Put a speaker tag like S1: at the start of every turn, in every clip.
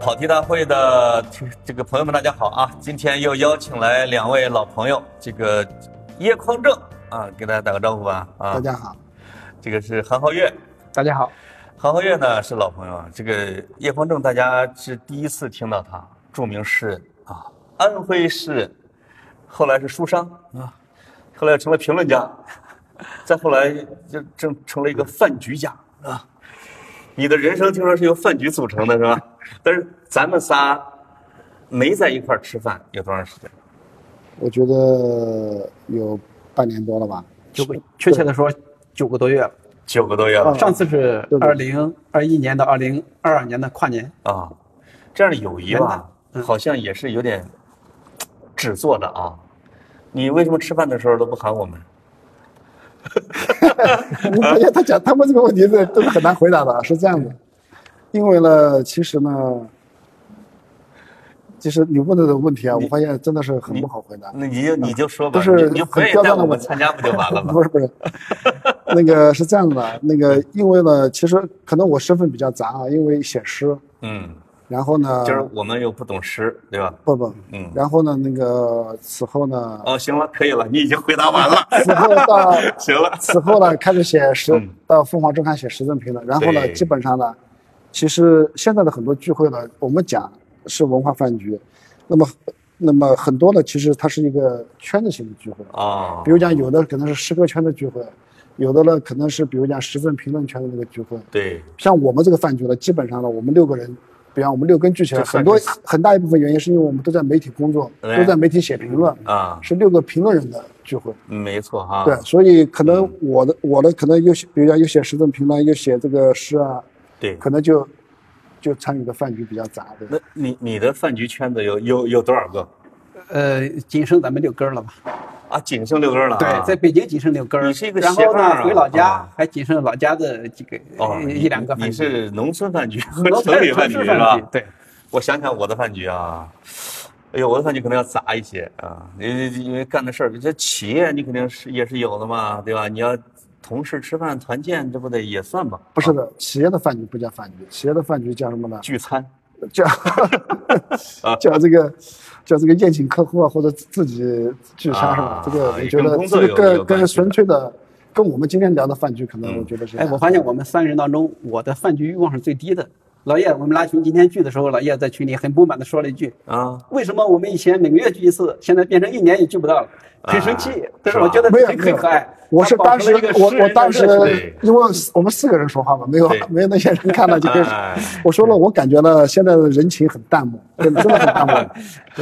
S1: 跑题大会的听这个朋友们，大家好啊！今天又邀请来两位老朋友，这个叶匡正啊，给大家打个招呼吧啊
S2: 大！家好，
S1: 这个是韩浩月，
S3: 大家好，
S1: 韩浩月呢是老朋友啊。这个叶匡正大家是第一次听到他，著名诗人啊，安徽诗人，后来是书商啊，后来又成了评论家， 再后来就成成了一个饭局家啊。你的人生听说是由饭局组成的是吧？但是咱们仨没在一块儿吃饭有多长时间？
S2: 我觉得有半年多了吧，
S3: 九个，确切的说九个多月了。
S1: 九个多月了
S3: 上次是
S2: 对对
S3: 二零二一年到二零二二年的跨年，
S1: 啊，这样的友谊吧，
S3: 嗯
S1: 好像也是有点纸做的啊。你为什么吃饭的时候都不喊我们？
S2: 我发现他讲他们这个问题是都是很难回答的，是这样的，因为呢，其实呢，其实你问的这个问题啊，我发现真的是很不好回答，
S1: 那你就
S3: 嗯
S1: 你就说吧，
S2: 都是
S1: 你你就不愿意
S2: 很刁
S1: 带
S2: 钻的
S1: 我们
S2: 问
S1: 参加不就完 了吗？
S2: 不是不是，那个是这样的，那个因为呢，其实可能我身份比较杂啊，因为写诗，
S1: 嗯，
S2: 然后呢，
S1: 就是我们又不懂诗，对吧？
S2: 不不，
S1: 嗯，
S2: 然后呢，那个此后呢，
S1: 哦，行了，可以了，你已经回答 完了，
S2: 此后到。
S1: 行 了，
S2: 此后呢，开始写时
S1: 嗯
S2: 到凤凰周刊写时政评论，然后呢，
S1: 对
S2: 基本上呢，其实现在的很多聚会呢，我们讲是文化饭局，那么那么很多呢，其实它是一个圈子性的聚会，啊
S1: 哦
S2: 比，如讲有的可能是诗歌圈的聚会，有的呢可能是比如讲时政评论圈的那个聚会，
S1: 对，
S2: 像我们这个饭局呢，基本上呢，我们六个人。比方我们六根聚起来，
S1: 就算
S2: 很多
S1: 是
S2: 很大一部分原因是因为我们都在媒体工作，
S1: 对
S2: 都在媒体写评论，
S1: 啊，
S2: 是六个评论人的聚会。
S1: 没错哈，
S2: 对，所以可能我的我的可能又写，比如说又写时政评论，又写这个诗啊，
S1: 对
S2: 可能就就参与的饭局比较杂，对吧
S1: 那？你你的饭局圈子有有有多少个
S3: 呃，仅剩咱们六根儿了吧？
S1: 啊？仅剩六根了啊，
S3: 对，在北京仅剩六根儿。
S1: 你是一个
S3: 然
S1: 斜杠
S3: 后
S1: 啊
S3: 呢，回老家
S1: 啊
S3: 还仅剩老家的几个
S1: 哦，
S3: 一两个
S1: 你
S3: 饭
S1: 你
S3: 局。
S1: 是农村饭局和
S3: 农
S1: 城
S3: 村
S1: 里
S3: 城
S1: 饭局
S3: 市
S1: 是吧
S3: 饭局？，对，
S1: 我想想我的饭局啊，哎呦，我的饭局可能要杂一些啊，因为因为干的事儿，这企业你肯定是也是有的嘛，对吧？你要同事吃饭团建，这不得也算吧？
S2: 不是
S1: 啊
S2: 的，企业的饭局不叫饭局，企业的饭局叫什么呢？
S1: 聚餐
S2: 叫
S1: 啊
S2: 叫这个叫这个宴请客户啊，或者自己聚餐是
S1: 啊
S2: 吧？这个我
S1: 也
S2: 觉
S1: 跟
S2: 得
S1: 工
S2: 这
S1: 作
S2: 个
S1: 有有
S2: 跟
S1: 关
S2: 跟
S1: 系
S2: 纯
S1: 的嗯
S2: 粹的跟我们今天聊的饭局，可能我觉得是
S3: 哎，我发现我们三人当中，我的饭局欲望是最低的。老叶，我们拉群今天聚的时候，老叶在群里很不满的说了一句
S1: 啊，：“
S3: 为什么我们以前每个月聚一次，现在变成一年也聚不到了？”很生气
S1: 啊，
S3: 但
S1: 是
S3: 是
S1: 吧
S3: 我觉 得
S2: 没有
S3: 很
S2: 没有
S3: 很可爱。
S2: 我是
S3: 他保
S2: 当
S3: 持
S2: 时
S3: 了一个
S2: 我
S3: 诗
S2: 我
S3: 人
S2: 当
S3: 的
S2: 时
S3: 热情
S1: 对
S2: 因为我们四个人说话嘛，没有
S1: 对
S2: 没有那些人看到就是
S1: 哎，
S2: 我说了，我感觉呢，现在的人情很淡漠，真的真的很淡漠。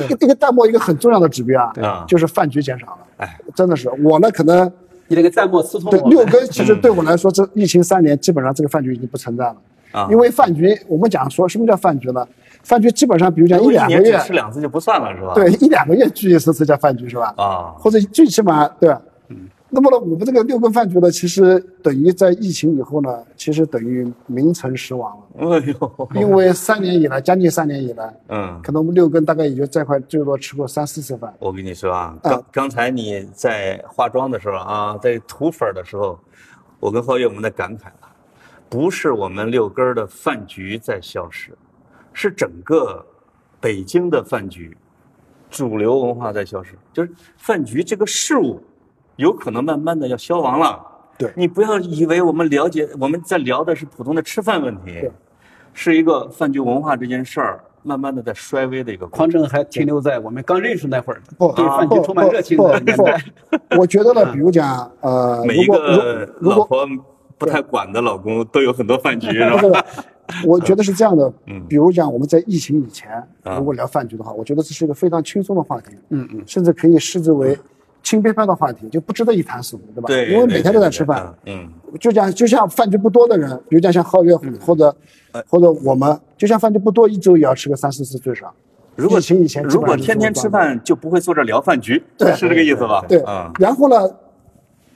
S2: 一个一个淡漠，一个很重要的指标
S1: 对啊
S2: 啊，就是饭局减少了。
S1: 哎，
S2: 真的是我呢，可能
S3: 你那个淡漠刺痛
S2: 对
S3: 我
S2: 六
S3: 们。
S2: 根，
S1: 嗯
S2: 其实对我来说，这疫情三年，基本上这个饭局已经不存在了。
S1: 啊
S2: 因为饭局，我们讲说什么叫饭局呢？饭局基本上，比如讲
S1: 如
S2: 一
S1: 果一
S2: 两个
S1: 年只
S2: 月，
S1: 吃两次就不算了是吧？
S2: 对，一两个月聚一次，这叫饭局是吧？
S1: 啊，
S2: 或者最起码对吧？
S3: 嗯
S2: 那么呢，我们这个六根饭局呢，其实等于在疫情以后呢，其实等于名存实亡了。
S1: 哎呦，
S2: 因为三年以来，将近三年以来，
S1: 嗯，
S2: 可能我们六根大概也就这块最多吃过三四次饭。
S1: 我跟你说啊，刚刚才你在化妆的时候啊，在涂粉儿的时候，我跟皓月我们在感慨啊，不是我们六根儿的饭局在消失，是整个北京的饭局主流文化在消失，就是饭局这个事物有可能慢慢的要消亡了。
S2: 对
S1: 你不要以为我们了解我们在聊的是普通的吃饭问题
S2: 对，
S1: 是一个饭局文化这件事儿慢慢的在衰微的一个过程。
S3: 匡正还停留在我们刚认识那会儿，
S1: 哦
S2: 不，
S3: 对
S2: 啊
S3: 饭局
S2: 不
S3: 充满
S2: 不
S3: 热情
S2: 不
S3: 的嗯年
S2: 不
S3: 代。
S2: 我觉得呢，比如讲，呃，
S1: 每
S2: 如
S1: 一
S2: 果
S1: 个
S2: 如
S1: 老
S2: 果
S1: 婆不太管的老公都有很多饭局，是
S2: 如
S1: 吧？
S2: 果我觉得是这样的，比如讲我们在疫情以前，
S1: 嗯啊
S2: 如果聊饭局的话，我觉得这是一个非常轻松的话题，
S3: 嗯嗯，
S2: 甚至可以视之为轻飘飘的话题，就不值得一谈死无，对吧？
S1: 对，
S2: 因为每天都在
S1: 对
S2: 吃饭，，
S1: 对对嗯，
S2: 就像就像饭局不多的人，比如讲像皓月或者
S1: 呃
S2: 或者我们，就像饭局不多，一周也要吃个三四次最少。
S1: 如果
S2: 疫情以前基本
S1: 如
S2: 上
S1: 果
S2: 就是
S1: 天天
S2: 这
S1: 吃
S2: 种状态
S1: 饭，就不会坐这儿聊饭局，
S2: 对
S1: 是这个意思吧？
S2: 对
S1: 啊，，
S2: 然后呢，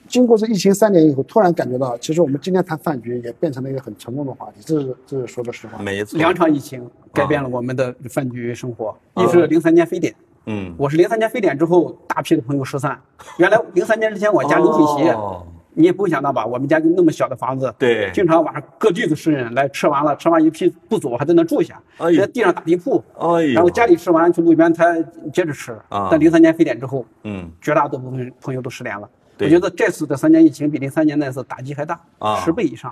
S2: 经过这疫情三年以后，突然感觉到，其实我们今天谈饭局也变成了一个很沉重的话题，这是这是说的实话。
S1: 没错，
S3: 两场疫情改变了我们的饭局生活，
S1: 啊
S3: 一是零三年非典。
S1: 嗯，
S3: 我是零三年非典之后，大批的朋友失散。原来零三年之前我家里信
S1: 哦
S3: 息，你也不会想到吧？我们家就那么小的房子，
S1: 对
S3: 经常晚上各地的诗人来吃完了，吃完一批不走，还在那住下，
S1: 哎呦
S3: 在地上打地铺，
S1: 哎呦
S3: 然后家里吃完去路边摊接着吃。
S1: 啊
S3: 但零三年非典之后，
S1: 嗯，
S3: 绝大多部分朋友都失联了。我
S1: 对
S3: 觉得这次的三年疫情比零三年那次打击还大
S1: 啊，
S3: 十倍以上，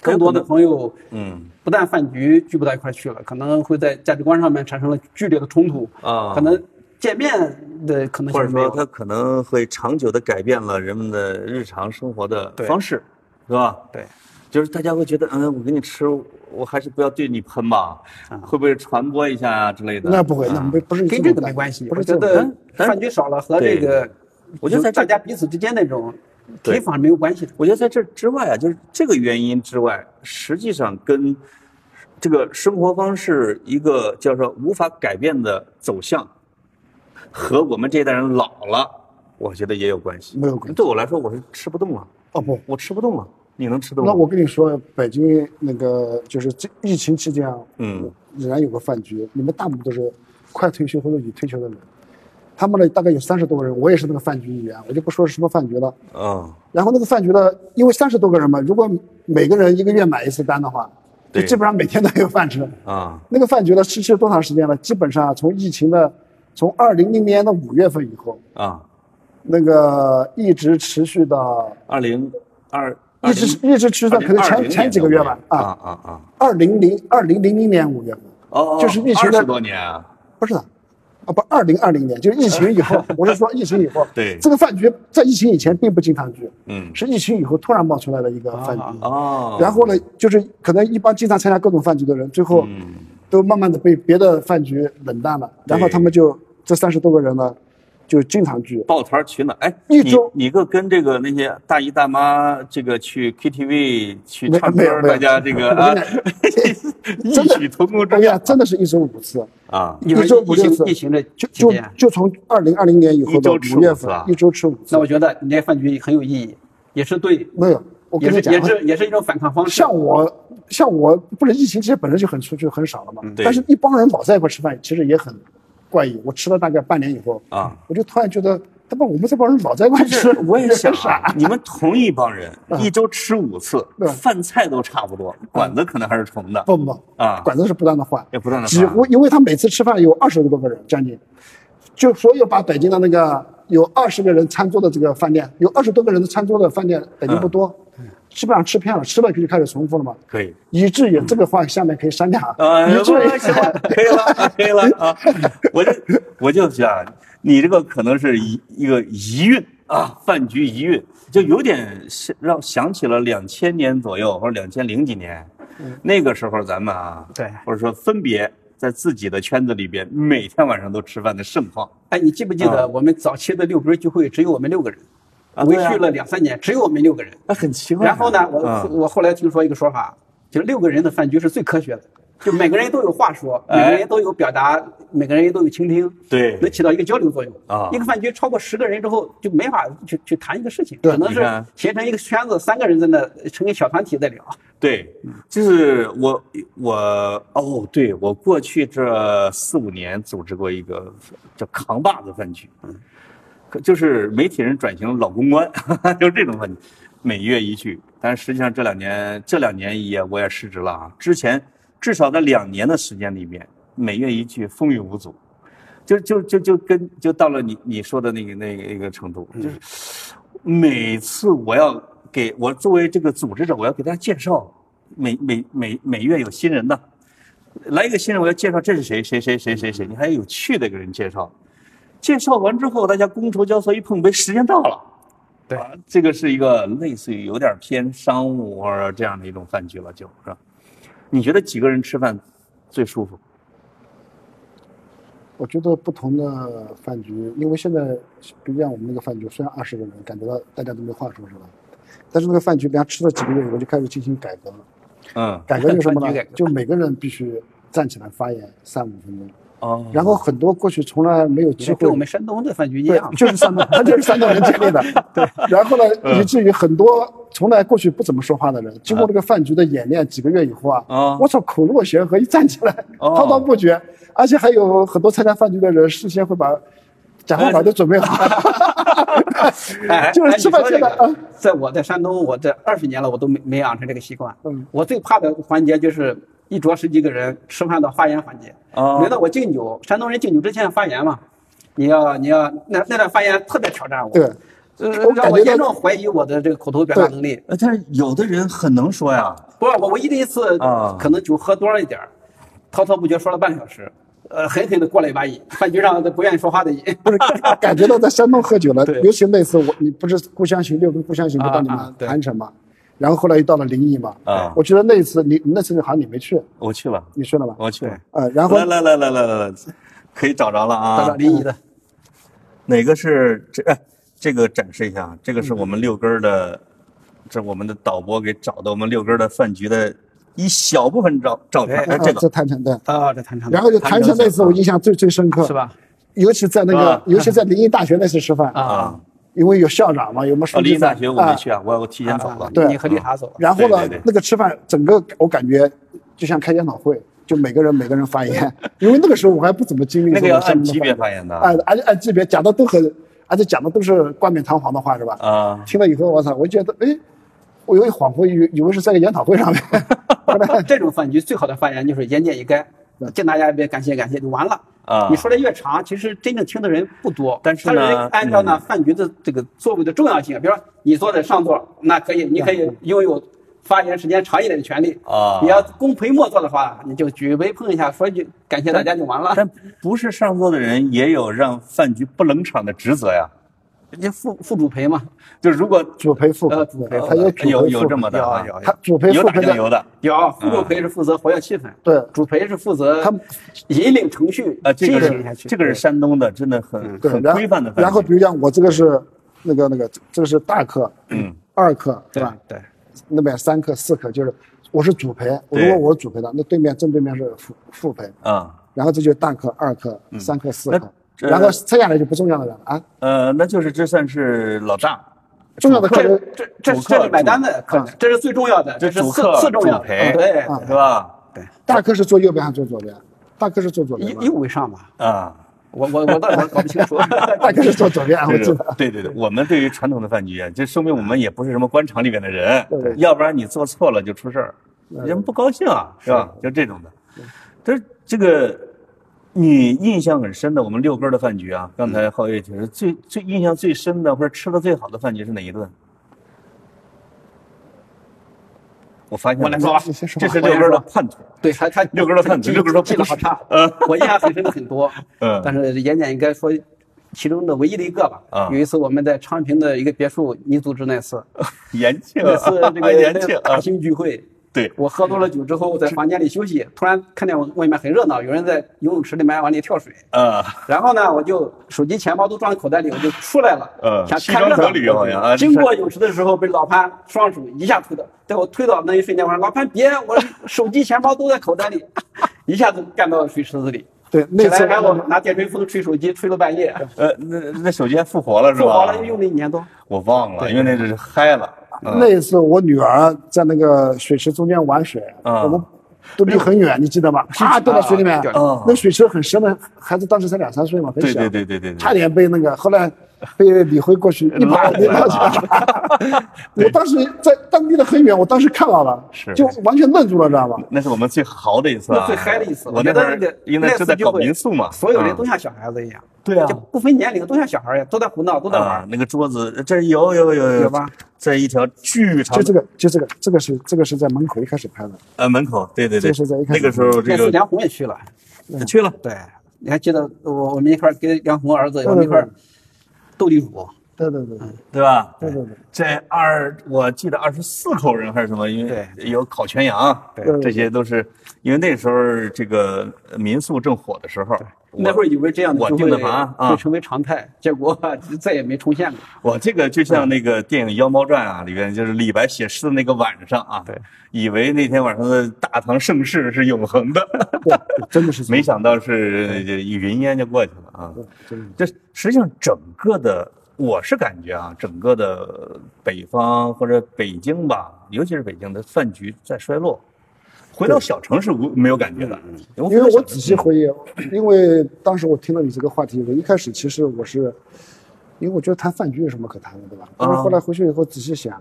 S1: 很有可能
S3: 更多的朋友
S1: 嗯，
S3: 不但饭局聚不到一块儿去了，可能会在价值观上面产生了剧烈的冲突
S1: 啊
S3: 可能见面的可能性
S1: 或者
S3: 没有
S1: 说它可能会长久的改变了人们的日常生活的
S3: 对
S1: 方式，是吧？
S3: 对，
S1: 就是大家会觉得，嗯，我给你吃，我还是不要对你喷吧，
S3: 啊
S1: 会不会传播一下啊之类的？
S2: 那不会，那
S1: 啊
S2: 不不是
S3: 跟
S2: 种
S3: 这个没
S2: 感
S3: 关系。
S2: 不
S3: 我
S2: 是
S3: 觉
S2: 这种
S3: 得
S1: 但
S3: 饭局少了和这个，
S1: 我觉得在这
S3: 大家彼此之间那种
S1: 对
S3: 提防是没有关系的。
S1: 我觉得在这之外啊，就是这个原因之外，实际上跟这个生活方式一个叫做无法改变的走向，和我们这一代人老了，我觉得也有关系。
S2: 没有关系
S1: 对我来说，我是吃不动了，
S2: 哦不，
S1: 我吃不动了。你能吃动吗？
S2: 那我跟你说，北京那个就是这疫情期间啊，
S1: 嗯，
S2: 仍然有个饭局，你们大部分都是快退休或者已退休的人，他们呢大概有三十多个人，我也是那个饭局一员，我就不说是什么饭局了。
S1: 嗯，
S2: 然后那个饭局呢，因为三十多个人嘛，如果每个人一个月买一次单的话，就
S1: 对
S2: 基本上每天都有饭吃。
S1: 啊，
S2: 那个饭局呢，持续了多长时间呢？基本上啊从疫情的，从二零零年的五月份以后，
S1: 啊，
S2: 那个一直持续到
S1: 二零二
S2: 一直一直持续到可能前前几个月吧
S1: 啊
S2: 啊，
S1: 啊啊，
S2: 二零零二零零零年五月份，
S1: 哦，
S2: 就是疫情
S1: 二十
S2: 的
S1: 多年啊，
S2: 不是的，啊不，二零二零年就是疫情以 后，我是说疫情以后，
S1: 对
S2: 这个饭局在疫情以前并不经常聚，
S1: 嗯，
S2: 是疫情以后突然冒出来的一个饭局。
S1: 哦，
S2: 然后呢，就是可能一般经常参加各种饭局的人，最后
S1: 嗯
S2: 都慢慢的被别的饭局冷淡了，然后他们就这三十多个人呢，就经常聚。
S1: 抱团取暖，哎，
S2: 一周
S1: 你你个跟这个那些大姨大妈，这个去 KTV 去
S2: 没
S1: 唱
S2: 没有
S1: 歌，
S2: 没有
S1: 大家这个
S2: 我
S1: 啊
S2: 跟你，
S1: 异
S2: 真的
S1: 曲同工
S2: 我
S1: 之
S2: 跟你
S1: 妙
S2: 讲，哎真的是一周五次，
S1: 啊！
S3: 你说
S2: 一周五
S3: 疫
S2: 六次
S3: 情疫情的
S2: 就
S3: 期
S2: 就
S3: 间，
S2: 就从二零二零年以后
S1: 一
S2: 的
S1: 周吃
S2: 五月
S1: 五次
S2: 份
S1: 啊，
S2: 一周吃五次
S3: 那，我觉得你这饭局很有意义，也是对，
S2: 没有。我
S3: 也
S2: 跟你
S3: 是
S2: 讲
S3: 也
S2: 啊，
S3: 是也是一种反抗方式。
S2: 像我像我不是疫情，其实本身就很出去很少了嘛。
S1: 嗯对
S2: 但是一帮人老在一块吃饭，其实也很怪异。我吃了大概半年以后
S1: 啊，
S2: 我就突然觉得，他妈我们这帮人老在一块
S1: 但
S2: 吃
S1: 是，我也想
S2: 很傻嗯
S1: 啊，。你们同一帮人一周吃五次
S2: 对，
S1: 饭菜都差不
S2: 嗯
S1: 多，馆子可能还是重的
S2: 不不不
S1: 啊
S2: 管子是不断的换，
S1: 也不断地换
S2: 几乎因为他每次吃饭有二十多个人将近，就所有把北京的那个有二十个人餐桌的这个饭店，有二十多个人的餐桌的饭店，北京不多，
S1: 嗯
S2: 基本上吃遍了，吃了就开始重复了嘛。
S1: 可以。
S2: 以至于这个话下面可以删掉啊，
S1: 啊，
S2: 以至
S1: 行
S2: 于
S1: 了，可以了，啊可以了啊！我就我就想，你这个可能是一一个遗韵啊，饭局遗韵，就有点是让想起了两千年左右或者两千零几年，那个时候咱们啊，
S3: 对
S1: 或者说分别在自己的圈子里边，每天晚上都吃饭的盛况
S3: 哎，你记不记
S1: 啊
S3: 得我们早期的六根聚会只有我们六个人，
S1: 啊
S3: 维
S1: 对啊
S3: 持了两三年，只有我们六个人。
S1: 那很奇怪啊。
S3: 然后呢，我、
S1: 嗯
S3: 我后来听说一个说法，就是六个人的饭局是最科学的，就每个人都有话说，每
S1: 哎
S3: 个人都有表达，每个人都有倾听，
S1: 对
S3: 能起到一个交流作用。
S1: 啊
S3: 一个饭局超过十个人之后，就没法去去谈一个事情，
S2: 对
S3: 只能
S1: 你
S3: 是
S1: 看
S3: 形成一个圈子，三个人在那成个小团体在聊。
S1: 对，就是我我哦，对我过去这四五年组织过一个叫“扛把子饭局”，可就是媒体人转型老公关， 就是这种饭局，每月一聚。但实际上这两年这两年也我也失职了啊，之前至少在两年的时间里面，每月一聚，风雨无阻。就就就就跟就到了你你说的那个那个那个程度，就是每次我要给我作为这个组织者，我要给大家介绍，每每每每月有新人的，来一个新人，我要介绍这是谁谁谁谁谁谁，你还要有趣的给人介绍。介绍完之后，大家觥筹交错一碰杯，时间到了。
S3: 对
S1: 啊，这个是一个类似于有点偏商务或者这样的一种饭局了，就是吧？你觉得几个人吃饭最舒服？
S2: 我觉得不同的饭局，因为现在比像我们那个饭局，虽然二十个人，感觉到大家都没话说，是吧？但是那个饭局，比方吃了几个月以后，就开始进行改革了。
S1: 嗯，
S2: 改革就是什么
S3: 饭局
S2: 呢
S3: 改？革
S2: 就每个人必须站起来发言三五分钟。
S1: 哦，
S2: 然后很多过去从来没有
S3: 你
S2: 机
S3: 这
S2: 会
S3: 跟我，们山东的饭局一
S2: 对
S3: 样，，
S2: 就是山 东，他就是山东人建立的。对，嗯然后呢，以至于很多从来过去不怎么说话的人，经过这个饭局的演练，几个月以后
S1: 啊
S2: 啊，我操，口若悬河，一站起来
S1: 哦
S2: 滔滔不哎绝，而且还有很多参加饭局的人事先会把。讲话稿都准备好，
S3: 哎，
S2: 就是
S3: 哎
S2: 吃饭
S3: 你说这
S2: 吃饭
S3: 个
S2: 嗯，
S3: 在我在山东，我这二十年了，我都没没养成这个习惯。
S2: 嗯，
S3: 我最怕的环节就是一桌十几个人吃饭的发言环节。
S1: 哦
S3: 轮到我敬酒，山东人敬酒之前发言嘛，你要你要那那段发言特别挑战我，
S2: 对，
S3: 呃
S2: 我
S3: 让
S2: 感
S3: 我
S2: 觉到
S3: 严重怀疑我的这个口头表达能力。
S1: 呃，但是有的人很能说呀，
S3: 不是我唯一的一次
S1: 啊，
S3: 可能酒喝多了一点儿，滔滔不绝说了半个小时，呃，狠狠的过了一把瘾， 饭局上不愿意说话的瘾。
S2: 不是 感觉到在山东喝酒了
S3: 对，
S2: 尤其那次我你不是故乡行六跟故乡行不到你
S3: 啊啊
S2: 们
S3: 对
S2: 谈城嘛，然后后来又到了临沂嘛，
S1: 啊
S2: 我觉得那一次你那次好像你没去，
S1: 我去了，
S2: 你去了吧？
S1: 我去了。
S2: 呃，然后
S1: 哦来来来来来来来，可以找着了啊。
S3: 找找临沂的，
S1: 哪个是这？哎，这个展示一下啊，这个是我们六根儿的，这我们的导播给找的我们六根儿的饭局的一小部分照照片。哎，
S2: 啊
S1: 这
S2: 这
S1: 个
S2: 谈城对，
S3: 啊，这谈成
S2: 然后就谈城那次我印象最最深刻，
S3: 是？吧？
S2: 尤其在那
S1: 啊
S2: 个，尤其在临沂大学那次吃饭，
S3: 啊
S1: 啊，，
S2: 因为有校长嘛，有我们书
S1: 哦，
S2: 记
S1: 林
S2: 嘛
S1: 大学我没
S2: 啊
S1: 去啊，我我提前走了
S3: 啊。
S2: 对
S3: 你和绿茶走了。
S2: 然后呢
S1: 对对对，
S2: 那个吃饭整个我感觉就像开研讨会，就每个人每个人发言，因为那个时候我还不怎么经历
S1: 那个要
S2: 这种
S1: 按
S2: 什么
S1: 级别发言的
S2: 按按按级别哎讲的都很，而且讲的都是冠冕堂皇的话是吧？
S1: 啊，
S2: 听了以后我操，我觉得哎，我有一恍惚以以为是在个研讨会上面， 后来
S3: 这种饭局最好的发言就是言简意赅，呃敬大家一杯，感谢感谢就完了。
S1: 啊
S3: 你说的越长，其实真正听的人不多。
S1: 但是
S3: 他
S1: 呢嗯
S3: 按照呢饭局的这个座位的重要性，比如说你坐在上座，那可以，你可以拥有发言时间长一点的权利。
S1: 嗯啊
S3: 你要公陪末座的话，你就举杯碰一下，说一句感谢大家就完了。
S1: 但不是上座的人也有让饭局不冷场的职责呀。
S3: 人家副副主陪嘛，
S1: 就如果
S2: 主陪副陪
S3: 呃主陪，
S2: 他有主陪
S1: 有
S2: 副
S1: 有这么的啊，
S3: 有有
S2: 他主陪
S1: 有
S2: 副
S1: 打
S2: 陪
S1: 酱油
S2: 的，
S1: 的。
S3: 有副主陪是负责活跃气氛，
S2: 对
S3: 主陪是负责
S2: 他们
S3: 引领程序
S1: 啊，这个
S3: 进行下
S1: 是
S3: 去。
S1: 这个是山东的，真的很
S2: 嗯对，
S1: 很
S2: 然
S1: 规范的饭
S2: 后
S1: 局。
S2: 然后比如讲我这个是那个那个这个是大课，嗯，二课对
S3: 对
S2: 吧？
S3: 对。
S2: 那边三课四课就是我是主陪，
S1: 对
S2: 如果我是主陪的，那对面正对面是副副陪，
S1: 啊，
S2: 然后这就是大课二课三课四课，
S1: 嗯那这
S2: 然后剩下来就不重要的人了啊，
S1: 呃，那就是这算是老大，
S2: 重要的客
S3: 这
S2: 人
S3: 这这
S1: 主
S3: 这
S1: 客
S3: 是买单的
S2: 主
S3: 客，这是最重要的，
S1: 这
S3: 是
S1: 主
S3: 次
S1: 客
S3: 次重要
S1: 主
S3: 的。
S1: 陪，嗯
S3: 对，
S1: 是吧？
S2: 大课是坐右边还是坐左边？大课是坐左边吧
S3: 一一五以上吧，
S1: 啊，
S3: 我我我倒是搞不清楚。
S2: 大概是坐左边，我
S1: 这
S2: 记
S1: 种
S2: 得。
S1: 对对对，我们对于传统的饭局啊，这说明我们也不是什么官场里面的人
S2: 对对，
S1: 要不然你做错了就出事儿，人不高兴啊，是吧？就这种的。但是这个你印象很深的，我们六根儿的饭局啊，刚才皓月解释最最印象最深的，或者吃的最好的饭局是哪一顿？我发现
S3: 我来说吧
S2: 你先说吧
S1: 这是六根儿的叛徒。
S3: 对，他他
S1: 六根儿的饭局六根儿的
S3: 记得好差
S1: 嗯。
S3: 我印象很深的很多，
S1: 嗯
S3: 但是言简应该说其中的唯一的一个吧。
S1: 啊
S3: 有一次我们在昌平的一个别墅，你组织那 次，
S1: 嗯延庆，
S3: 那次这个
S1: 延庆啊
S3: 大，型聚会。
S1: 对
S3: 我喝多了酒之后，我在房间里休息，突然看见外面很热闹，有人在游泳池里面往里跳水。
S1: 啊，
S3: 然后呢，我就手机、钱包都装口袋里，我就出来了，
S1: 嗯
S3: 想
S1: 西
S3: 看热
S1: 装革
S3: 闹。
S1: 履好像啊
S3: 经过泳池的时候，被老潘双手一下推倒，在我推倒那一瞬间，我说：“老潘别，我手机、钱包都在口袋里。” 一下子干到水池子里。
S2: 对，那
S3: 起来
S2: 次
S3: 然后拿电吹风吹手机，吹到半夜，
S1: 呃，那那手机还复活了是吧？
S3: 做完了又用了一年多。
S1: 我忘了，因为那是嗨了。嗯
S2: 那一次我女儿在那个水池中间玩水，
S1: 啊
S2: 我们都离很远，你记得吧？啪掉到水里面，
S3: 对
S1: 啊
S2: 那水池很深的，孩子当时才两三岁嘛，很
S1: 对
S2: 小，
S1: 对对对对对
S2: 差点被那个后来被李辉 过去一把
S1: 拉回
S2: 给
S1: 来
S2: 抱起来。 我当时在当地的很远，我当时看到了，
S1: 是
S2: 就完全愣住了，知道吧？
S1: 那是我们最豪的一次、啊，
S3: 那最嗨的一次，
S1: 我
S3: 觉
S1: 那会
S3: 得那
S1: 儿
S3: 个
S1: 应该是在
S3: 次聚
S1: 搞
S3: 会，
S1: 民宿嘛，
S3: 所有人都
S1: 嗯
S3: 像小孩子一样，
S1: 对啊
S3: 就不分年龄，都像小孩儿一样，都在胡闹，都在玩
S1: 啊
S3: 儿，，
S1: 那个桌子这有有有
S3: 有吧？
S1: 这一条巨长的
S2: 就这个，就这个，这个是这个是在门口一开始拍的，
S1: 呃门口，对对对，
S2: 这是在一开
S1: 那
S2: 始
S1: 个时候这
S3: 那次
S1: 个
S3: 梁红也去了，
S1: 去了，
S3: 对，你还记得我我们一块儿跟梁红儿子我们一块儿斗地主，
S2: 对对 对对
S1: 对吧？
S2: 对对对。
S1: 这二我记得二十四口人还是什么，因为
S3: 对
S1: 有烤全羊，
S2: 对
S1: 这些都是因为那时候这个民宿正火的时候，我
S3: 那会儿以为这样的
S1: 我
S3: 聚
S1: 订
S3: 会
S1: 的房啊
S3: 会，成为常态，结果再也没重现过。
S1: 我这个就
S2: 嗯
S1: 像那个电影《妖猫传》啊，里边就是李白写诗的那个晚上啊，
S3: 对，
S1: 以为那天晚上的大唐盛世是永恒的，
S2: 对，真的是这样
S1: 没想到是这一云烟就过去了啊。
S2: 真的。
S1: 这实际上整个的，我是感觉啊，整个的北方或者北京吧，尤其是北京的饭局在衰落，回到小城是无没有感觉的，
S2: 嗯
S1: 嗯
S2: 因为我仔细回忆，因为当时我听了你这个话题，我一开始其实我是因为我觉得谈饭局有什么可谈的，对吧？但是后来回去以后仔细想，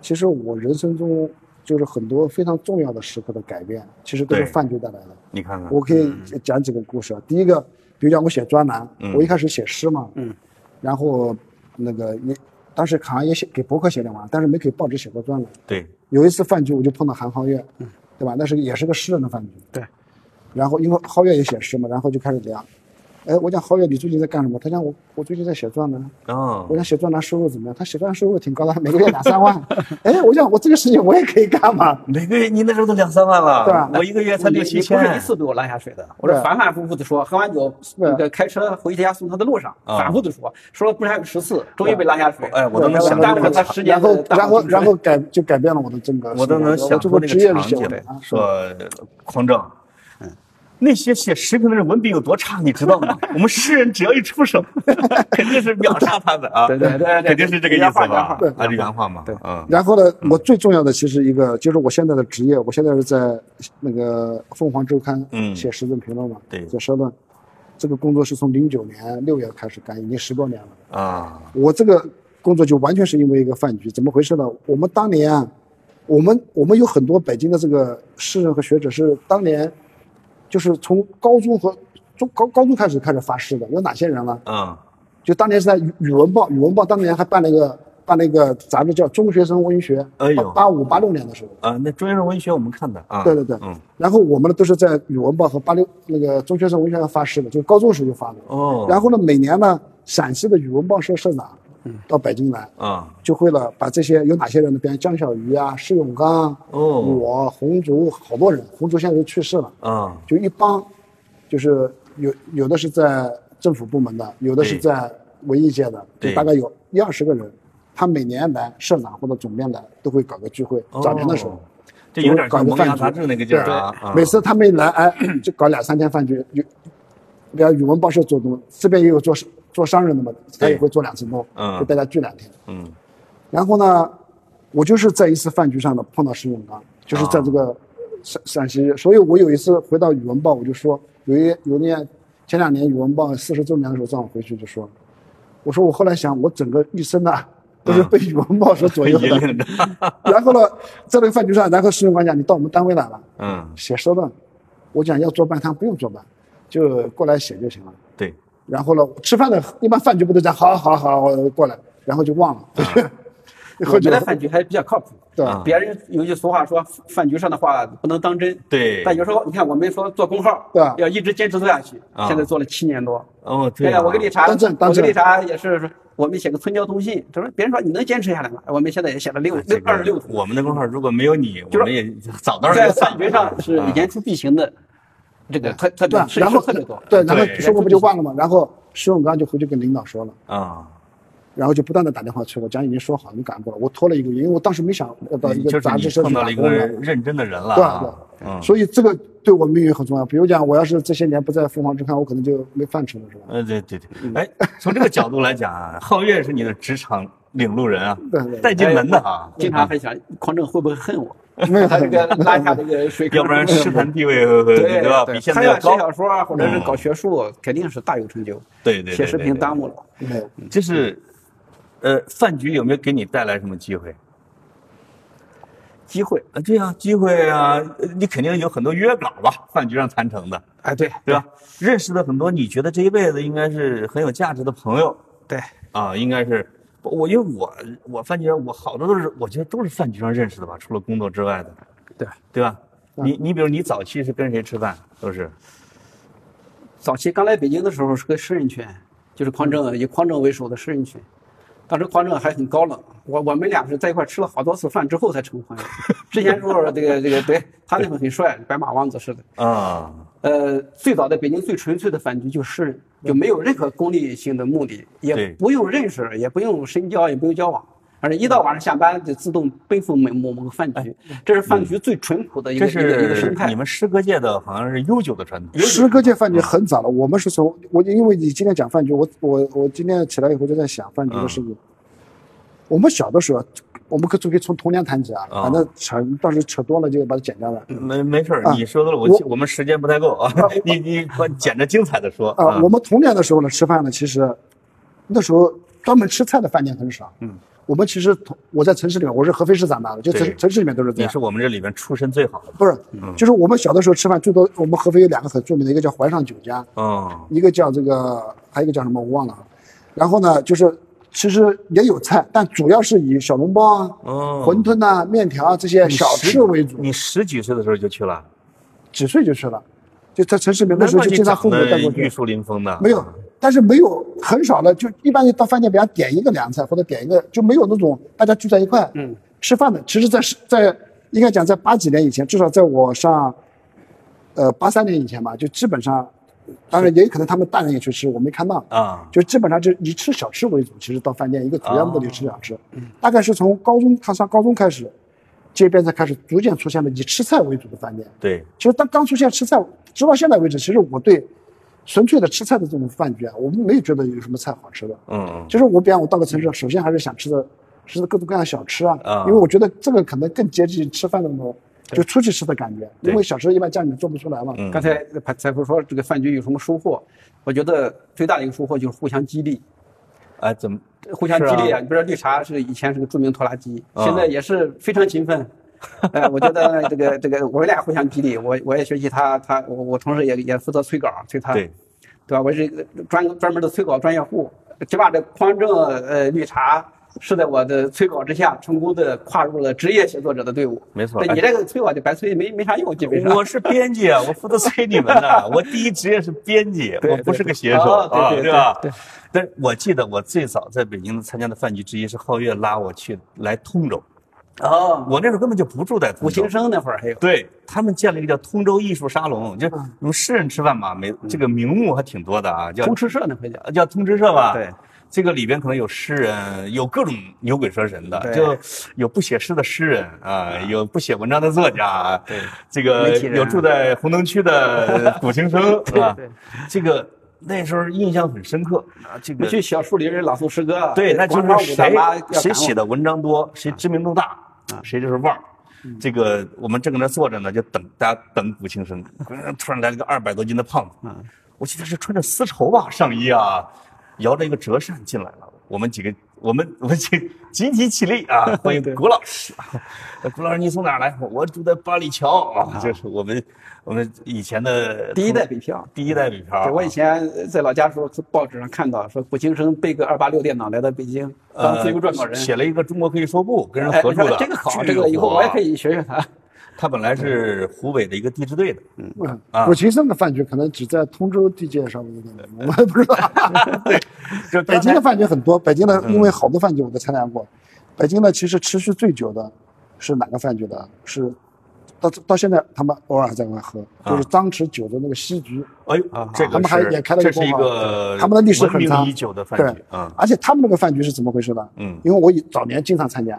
S2: 其实我人生中就是很多非常重要的时刻的改变，其实都是
S1: 对
S2: 饭局带来的。
S1: 你看看，
S2: 我可以讲几个故事啊。第一个，比如讲我写专栏，我一开始写诗嘛，
S3: 嗯，
S2: 然后那个也当时好像也写给博客写了嘛，但是没给报纸写过专栏。
S1: 对，
S2: 有一次饭局我就碰到韩浩月，对吧？那是也是个诗人的饭局。
S3: 对。
S2: 然后因为皓月也写诗嘛，然后就开始聊。哎，我讲皓月，你最近在干什么？他讲我我最近在写专栏。
S1: 哦
S2: 我，讲写专栏收入怎么样？他写专栏收入挺高的，每个月两三万。哎，我讲我这个事情我也可以干嘛？
S1: 每个月你那时候都两三万了，
S2: 对啊
S1: 我一个月才
S3: 你
S1: 六
S3: 你
S1: 七
S3: 不是
S1: 千
S3: 一，次被我拉下水的，我是
S2: 对
S3: 反反复复的说，喝完酒
S2: 对
S3: 那个开车回家送他的路上，
S1: 啊
S3: 反复的说，说了不是还有十次，终于被拉下水。
S1: 哎我都能
S3: 然后
S1: 想
S3: 耽误
S1: 到
S3: 了
S1: 那
S3: 他
S1: 个
S3: 时间。
S2: 然后然后然后改就改变了我的整个生活，
S1: 我都能想
S2: 这
S1: 出
S2: 个
S1: 那
S2: 职
S1: 个
S2: 业是
S1: 场
S2: 写
S1: 景
S2: 文啊，，是吧嗯
S1: 说匡正，那些写诗评的人文笔有多差，你知道吗？我们诗人只要一出手， 肯定是秒杀他的啊！
S3: 对对对对对
S1: 肯定是这个意思
S3: 原话
S1: 吧
S3: 原？
S1: 啊，这原话嘛，
S3: 对
S1: 嗯，
S2: 然后呢，我最重要的其实一个就是我现在的职业，我现在是在那个凤凰周刊
S1: 嗯
S2: 写时政评论嘛，
S1: 对
S2: 写社论。这个工作是从零九年六月开始干，已经十多年了。
S1: 啊，
S2: 我这个工作就完全是因为一个饭局，怎么回事呢？我们当年啊，我们我们有很多北京的这个诗人和学者是当年，就是从高中和中高高中开始开始发诗的，有哪些人呢？
S1: 嗯，
S2: 就当年是在语语文报，语文报当年还办了一个办了一个杂志叫《中学生文学》，
S1: 哎呦
S2: 八五八六年的时候。
S1: 啊，那中央文学我们看的啊，
S2: 对对对，
S1: 嗯，
S2: 然后我们呢都是在语文报和八六那个中学生文学上发诗的，就高中时候就发的。
S1: 哦，
S2: 然后呢，每年呢，陕西的语文报社社长到北京来，
S1: 啊，
S2: 就会了把这些有哪些人呢？比方江小鱼啊、施永刚、
S1: 哦
S2: 我、红烛，好多人。红烛现在都去世了，
S1: 啊，
S2: 就一帮，就是有有的是在政府部门的，有的是
S1: 对
S2: 在文艺界的，就
S1: 对
S2: 大概有一二十个人。他每年来，社长或者总编来都会搞个聚会。早年的时候
S1: 哦，这有点
S2: 搞
S1: 像
S2: 个
S1: 萌芽杂
S2: 饭局
S1: 志那个劲儿
S2: 对
S1: 啊，啊
S2: 每次他们一来，哎，就搞两三天饭局。有，比方语文报社做东，这边也有做做商人的嘛，他也
S1: 对
S2: 会做两次东，
S1: 嗯
S2: 就大家聚两天。
S1: 嗯，
S2: 然后呢，我就是在一次饭局上呢碰到石永刚，就是在这
S1: 啊
S2: 个陕陕西，所以我有一次回到语文报，我就说有一有一年前两年语文报四十周年的时候，正好回去就说，我说我后来想，我整个一生呢、
S1: 嗯
S2: 都是被语文报所左右
S1: 引
S2: 的。
S1: 领着，
S2: 然后呢，在那个饭局上，然后石永刚讲你到我们单位来了，
S1: 嗯，
S2: 写社论，我讲要做办，他说不用做办，就过来写就行了。
S1: 对，
S2: 然后呢，吃饭的一般饭局不都讲好好好我过来，然后就忘了，回 去
S3: 我
S2: 喝酒
S3: 觉得饭局还比较靠谱。
S2: 对
S1: 啊
S3: 别人有句俗话说，饭局上的话不能当真。
S1: 对
S3: 但有时候你看，我们说做公号，
S2: 对啊
S3: 要一直坚持做下去。
S1: 啊
S3: 现在做了七年多。
S1: 哦，对啊，
S3: 我跟绿茶，
S2: 当政当
S3: 我跟
S2: 政
S3: 绿茶也是说，我们写个村交通信，他说别人说你能坚持下来吗？我们现在也写了六
S1: 啊这
S3: 六
S1: 个
S3: 二十六
S1: 我们的公号如果没有你，
S3: 是
S1: 我们也早到
S3: 在
S1: 了。啊
S3: 饭局上是言出必行的，这个特特
S2: 啊对
S3: 别
S2: 啊，
S3: 是
S2: 然后
S3: 是特别多。
S2: 对，然后
S1: 对
S2: 说过不就忘了嘛。然后石永刚就回去跟领导说了，
S1: 啊，
S2: 然后就不断的打电话催我，讲已经说好，你赶过来。我拖了一个月，因为我当时没想要到一
S1: 就
S2: 个
S1: 是
S2: 杂
S1: 你
S2: 志社
S1: 碰
S2: 去
S1: 到了
S2: 打
S1: 一
S2: 工
S1: 个
S2: 的，
S1: 认真的人了
S2: 对啊
S1: 啊，
S2: 对啊，
S1: 嗯，
S2: 所以这个对我命运很重要。比如讲，我要是这些年不在凤凰周刊，我可能就没饭吃了，是吧？
S1: 呃，对对对，哎，从这个角度来讲啊，皓月是你的职场领路人啊
S2: 对对，哎对
S1: 带进门的啊，
S3: 经常还想匡正会不会恨 我？
S2: 没有
S3: 他这个拉下这
S2: 啊
S3: 个水坑，
S1: 要不然师
S3: 对
S1: 坛地位呃
S3: 对
S1: 吧？
S3: 对
S1: 比现
S3: 他
S1: 在要
S3: 要写
S1: 高。嗯
S3: 小说啊或者是搞学术，肯定是大有成就。
S1: 对对对
S3: 写视
S1: 对
S3: 频
S1: 对
S3: 耽误了。
S2: 没有。
S1: 就是，呃，饭局有没有给你带来什么机会？
S3: 机会，
S1: 啊，对呀，机会啊，呃你肯定有很多约稿吧？饭局上谈成的，
S3: 哎，对
S1: 对啊吧？认识了很多你觉得这一辈子应该是很有价值的朋友，
S3: 对，
S1: 啊，应该是我，因为我我饭局上我好多都是我觉得都是饭局上认识的吧，除了工作之外的，
S3: 对，
S1: 对吧？你
S2: 嗯
S1: 你比如你早期是跟谁吃饭都是
S3: 早期刚来北京的时候是个诗人圈，就是匡正以匡正为首的诗人圈。当时匡正还很高冷，我我们俩是在一块吃了好多次饭之后才成朋友。 之前时候这个这个对他那会很帅，白马王子似的。
S1: 啊，
S3: 呃，最早的北京最纯粹的饭局就是诗人，就没有任何功利性的目的，也
S1: 对
S3: 不用认识，也不用深交，也不用交往，而且一到晚上下班就自动奔赴某某某个饭局，这是饭局最淳朴的一个、
S1: 哎嗯这
S3: 一个一个
S1: 是
S3: 生态
S1: 你。们诗歌界的好像是悠久的传统。
S2: 诗歌界饭局很早了，我们是从我因为你今天讲饭局，我我我今天起来以后就在想饭局的事情。我们小的时候，我们可就可以从童年谈起啊，
S1: 啊
S2: 反正扯到时候扯多了就把它剪掉了。
S1: 没没事儿
S2: 啊
S1: 你说的了，我
S2: 我
S1: 我们时间不太够啊，你你把捡着精彩的说啊嗯
S2: 啊，我们童年的时候呢，吃饭呢，其实那时候专门吃菜的饭店很少。嗯，我们其实同我在城市里面，我是合肥市长大的，就
S1: 对
S2: 城城市里面都是这
S1: 你
S2: 样
S1: 是。我们这里面出身最好的。
S2: 不是，就是我们小的时候吃饭最多，我们合肥有两个很著名的，一个叫淮上酒家，
S1: 嗯，
S2: 一个叫这个，还有一个叫什么我忘了啊。然后呢，就是其实也有菜，但主要是以小笼包啊、
S1: 哦
S2: 馄饨啊、面条啊这些小
S1: 你十
S2: 吃为主。
S1: 你十几岁的时候就去了，
S2: 几岁就去了，就在城市里面那
S1: 难
S2: 时候
S1: 怪
S2: 就
S1: 你
S2: 经常
S1: 长
S2: 父母带
S1: 得
S2: 过
S1: 玉
S2: 去。
S1: 树临风的。
S2: 没有，但是没有很少的，就一般到饭店，比方点一个凉菜或者点一个，就没有那种大家聚在一块嗯吃饭的。其实在，在应该讲在八几年以前，至少在我上，呃八三年以前吧，就基本上，当然也有可能他们大人也去吃，我没看到
S1: 啊
S2: 就基本上就以吃小吃为主，其实到饭店一个主要目的吃小吃，
S1: 哦嗯
S2: 大概是从高中他上高中开始，街边才开始逐渐出现了以吃菜为主的饭店。
S1: 对，
S2: 其实当刚出现吃菜，直到现在为止，其实我对纯粹的吃菜的这种饭局啊，我们没有觉得有什么菜好吃的。
S1: 嗯，
S2: 就是我，比方我到个城市，首先还是想吃的，吃的各种各样的小吃啊，
S1: 啊
S2: 因为我觉得这个可能更接近吃饭的那种，就出去吃的感觉。
S1: 对
S2: 因为小吃一般家里面做不出来嘛。
S1: 嗯
S3: 刚才财财富说这个饭局有什么收获？我觉得最大的一个收获就是互相激励，
S1: 哎，怎么
S3: 互相激励
S1: 是
S3: 啊！
S1: 啊
S3: 你不知道绿茶是以前是个著名拖拉机，
S1: 啊
S3: 现在也是非常 勤奋。哎，我觉得这个这个我们俩互相激励，我我也学习他，他我我同时也也负责催稿催他，
S1: 对
S3: 对吧？我是一个专专门的催稿专业户，只把这匡正呃绿茶是在我的催稿之下成功的跨入了职业写作者的队伍。
S1: 没错哎
S3: 那你这个催稿就白催，没没啥用，基本上。
S1: 我是编辑啊，我负责催你们的。 我第一职业是编辑，
S3: 对
S1: 我不是个写手
S3: 哦对
S1: 啊，
S3: 对对
S1: 吧
S3: 对？
S1: 但是我记得我最早在北京参加的饭局之一是皓月拉我去来通州，
S3: 哦，
S1: 我那时候根本就不住在通
S3: 吴
S1: 州
S3: 青。生那会儿还有。
S1: 对他们建了一个叫通州艺术沙龙，就是
S3: 嗯
S1: 你们诗人吃饭嘛，每这个名目还挺多的啊，叫
S3: 通吃社那回叫，
S1: 叫通知社吧？
S3: 对，
S1: 这个里边可能有诗人，有各种牛鬼蛇神的，
S3: 对
S1: 就有不写诗的诗人啊，有不写文章的作家，对，这个
S3: 媒体人
S1: 有
S3: 啊
S1: 住在红灯区的古琴生，是吧？
S3: 对
S1: 这个那时候印象很深刻啊，这
S3: 你
S1: 个
S3: 去小树林朗诵诗歌，
S1: 对，那就
S3: 广场
S1: 是
S3: 舞大
S1: 谁
S3: 妈要
S1: 谁
S3: 赶嗯
S1: 写
S3: 我
S1: 的文章多，谁知名度大，谁就是腕儿。
S3: 嗯
S1: 这个我们正搁那坐着呢，就等大家等古青生，嗯突然来了个二百多斤的胖子，
S3: 嗯
S1: 我记得是穿着丝绸吧上衣啊，摇着一个折扇进来了。我们几个，我们我们集集体起立啊，欢 迎古老师。啊古老师，你从哪儿来？我住在八里桥啊，就是我们我们以前的
S3: 第一代北漂。
S1: 第一代北漂啊。
S3: 对，我以前在老家时候，报纸上看到说古青生背个二八六电脑来到北京当自由撰稿
S1: 呃
S3: 人，
S1: 写了一个《中国可以说不》，跟人
S3: 哎
S1: 合著的。
S3: 这个好，
S1: 巨啊
S3: 这个以后
S1: 火
S3: 我也可。以学学他。
S1: 他本来是湖北的一个地质队的，嗯，
S2: 嗯
S1: 啊，
S2: 古琴生的饭局可能只在通州地界稍微有点冷，我们不知道。
S1: 就
S2: 北
S1: 刚才嗯
S2: 京的饭局很多，北京的因为好多饭局我都参加过，北京的其实持续最久的是哪个饭局的？是到到现在他们偶尔还在外喝，
S1: 啊
S2: 就是张弛酒的那个西局，
S1: 哎呦，
S3: 啊
S1: 这个
S2: 他们还
S1: 是
S2: 也开了
S1: 这
S2: 个
S1: 是一
S2: 工
S1: 个
S2: 行他们的历史
S1: 闻
S2: 很
S1: 名
S2: 长
S1: 已久的饭
S2: 对
S1: 局，啊，，
S2: 而且他们那个饭局是怎么回事呢？
S1: 嗯
S2: 因为我以早年经常参加，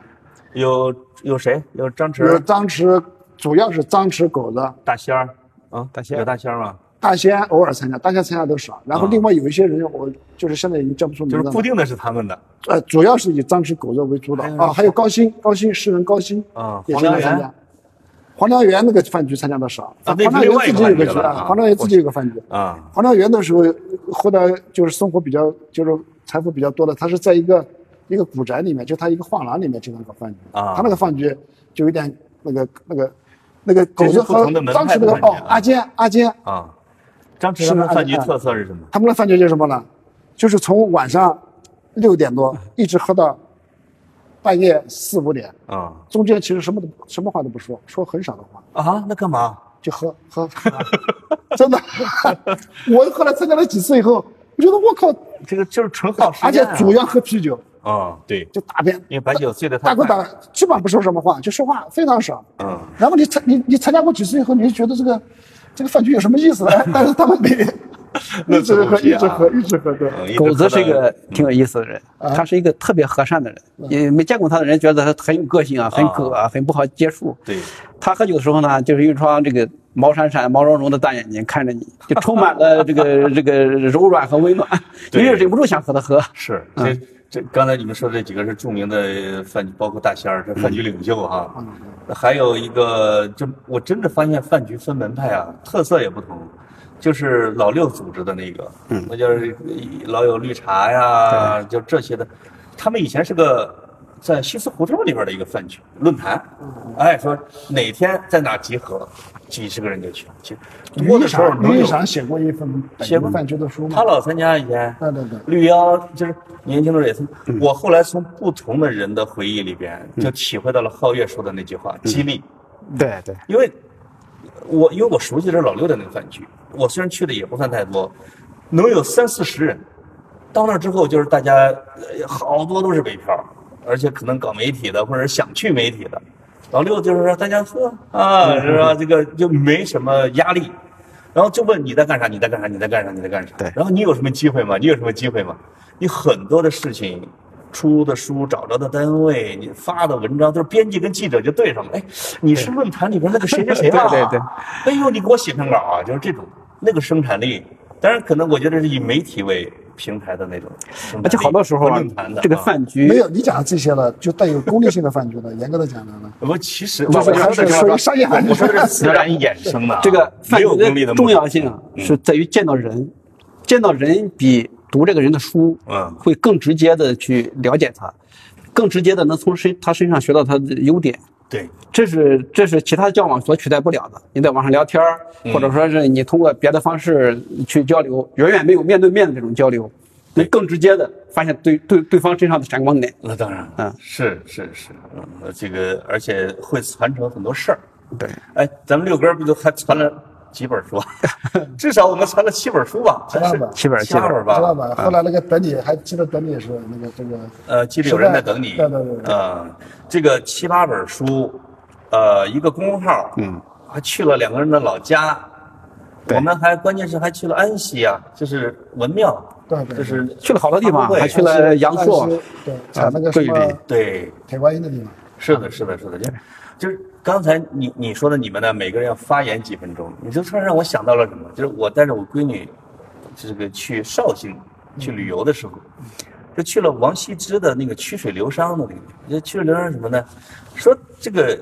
S1: 有有谁？有张
S2: 比如
S1: 弛、
S2: 张弛，主要是张弛狗子。
S1: 大仙儿啊，
S3: 大仙儿
S1: 有大仙儿吗？
S2: 大仙偶尔参加，大仙参加都少。然后
S1: 啊
S2: 另外有一些人，我就是现在已经叫不出名
S1: 就
S2: 字
S1: 是
S2: 了。
S1: 固定的是他们的
S2: 呃，主要是以张弛狗肉为主导
S1: 哎呀
S2: 啊，还有高鑫，高鑫诗人高鑫
S1: 啊
S2: 也
S1: 黄
S2: 经
S1: 良
S2: 常参
S1: 园
S2: 加。黄良园那个饭局参加的少，
S1: 啊
S2: 黄
S1: 那是
S2: 良
S1: 另
S2: 园
S1: 外一
S2: 自
S1: 个饭
S2: 己有个
S1: 局
S2: 局
S1: 了啊
S2: 啊，黄良园自己有个饭局。
S1: 啊，
S2: 黄良园的时候，后来就是生活比较就是财富比较多的，他是在一个一个古宅里面，就他一个画廊里面经常搞饭局
S1: 啊
S2: 他那个饭局就有点那个那个那个狗
S1: 这是
S2: 子
S1: 不
S2: 和
S1: 同的门
S2: 张
S1: 派
S2: 弛
S1: 的
S2: 那个
S1: 饭局
S2: 哦
S1: 啊，
S2: 阿坚阿坚，
S1: 啊。张弛
S2: 是
S1: 他们
S2: 按
S1: 饭局
S2: 按
S1: 特色是什么？
S2: 他们的饭局就是什么呢？就是从晚上六点多一直喝到半夜四五点，
S1: 啊
S2: 中间其实什么都不什么话都不说，说很少的话，
S1: 啊，那干嘛？
S2: 就喝喝。 真的，我后来参加了几次以后，我觉得我靠，
S1: 这个就是纯耗时
S2: 而且
S1: 间啊
S2: 主要喝啤酒，
S1: 啊，对，
S2: 就大便。
S1: 因为白酒醉的
S2: 大
S1: 太
S2: 哥
S1: 快，
S2: 大基本上不说什么话，就说话非常少。
S1: 嗯，
S2: 然后你参你你参加过几次以后，你就觉得这个这个饭局有什么意思呢？ 但是他们 没，一直喝，一直喝，一直喝，对。
S1: 嗯 一直
S3: 狗
S1: 喝嗯
S3: 子是一
S1: 到
S3: 个挺有意思的人，啊他是一个特别和善的人，也没见过他的人觉得他很有个性啊，很葛啊，很不好接触。
S1: 对，
S3: 他喝酒的时候呢，就是一双这个毛闪闪、毛茸茸的大眼睛看着你，就 充满了这个这个柔软和温暖，你
S1: 对
S3: 也忍不住想和他喝。
S1: 是，这这刚才你们说这几个是著名的饭局，包括大仙儿是饭局领袖哈、那还有一个，就我真的发现饭局分门派啊，特色也不同。就是老六组织的那个，那就是老有绿茶呀，就这些的。他们以前是个在西四胡同里边的一个饭局论坛，哎，说哪天在哪集合，几十个人就去。其实多
S2: 余
S1: 的
S2: 一
S1: 时候
S2: 闪，
S1: 能
S2: 余一
S1: 有。
S2: 闪写过一份北
S1: 写过
S2: 京饭局的书嘛
S1: 他？老参加以前，
S2: 对对对
S1: 绿妖就是年轻的时候也参我后来从不同的人的回忆里边，就体会到了皓月说的那句话——激励。
S3: 对对，
S1: 因为我因为我熟悉的是老六的那个饭局，我虽然去的也不算太多，能有三四十人。到那儿之后，就是大家呃好多都是北漂，而且可能搞媒体的，或者是想去媒体的。老六就是说大家喝啊，是吧？这个就没什么压力，然后就问你在干啥？你在干啥？你在干啥？你在干啥？
S3: 对
S1: 然后你有什么机会吗？你有什么机会吗？你很多的事情，出的书、找着的单位、你发的文章，都是编辑跟记者就对上了。哎，你是论坛里边那个谁谁谁吧？
S3: 对对对
S1: 哎呦，你给我写篇稿啊，就是这种那个生产力。当然，可能我觉得是以媒体为平台的那种生产力，
S3: 而且好多时候
S1: 和
S3: 啊
S1: 论坛的，
S3: 这个
S1: 啊
S3: 饭局
S2: 没有你讲的这些了，就带有功利性的饭局了。严格的讲呢，
S1: 我其实
S2: 就
S1: 我说
S2: 是还
S1: 的
S2: 是
S1: 是
S2: 属于商业饭
S1: 我
S2: 局。
S1: 说的是自然衍生的啊，
S3: 这个
S1: 没
S3: 饭
S1: 有功利
S3: 局
S1: 的目的嗯
S3: 重要性啊，是在于见到人，见到人比读这个人的书，
S1: 嗯
S3: 会更直接的去了解他，更直接的能从身他身上学到他的优点。
S1: 对。
S3: 这是这是其他交往所取代不了的。你在网上聊天儿，
S2: 嗯
S3: 或者说是你通过别的方式去交流，远远没有面对面的这种交流，能更直接的发现对对对方身上的闪光点。
S1: 那当然了，
S3: 嗯
S1: 是是是，嗯，呃这个而且会传承很多事儿。
S3: 对，
S1: 哎，咱们六哥不就还传了几本 书啊？至少我们传了七本书吧？
S2: 七八本
S1: 还是
S3: 七本
S1: 七八本
S2: 知道
S1: 吧？嗯
S2: 吧？后来那个短底还记得短底也是那个这个，
S1: 呃，记得有人在等你。
S2: 对对对对
S1: 啊、这个七八本书，呃，一个公众号，嗯，还去了两个人的老家。我们还关键是还去了安溪啊，就是文庙，
S2: 对对对
S1: 就是
S3: 去了好多地方
S1: 发布会
S3: 还去了阳朔
S2: 当时，对，采那个什
S3: 桂林
S2: 么
S1: 对
S2: 铁观音的地方。
S1: 是的，是的，是的，就就是刚才你你说的，你们呢，每个人要发言几分钟，你就突然让我想到了什么，就是我带着我闺女，这个去绍兴去旅游的时候，就去了王羲之的那个曲水流觞的那个，就曲水流觞是什么呢？说这个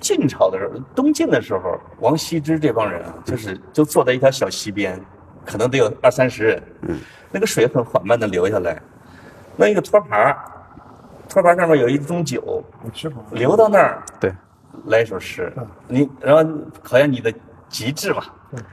S1: 晋朝的时候，东晋的时候，王羲之这帮人啊，就是就坐在一条小溪边，可能得有二三十人，嗯，那个水很缓慢的流下来，弄一个托盘儿托盘上面有一盅酒，
S2: 我去过，
S1: 流到那儿
S3: 对，
S1: 来一首诗，
S2: 嗯
S1: 你然后考验你的极致吧，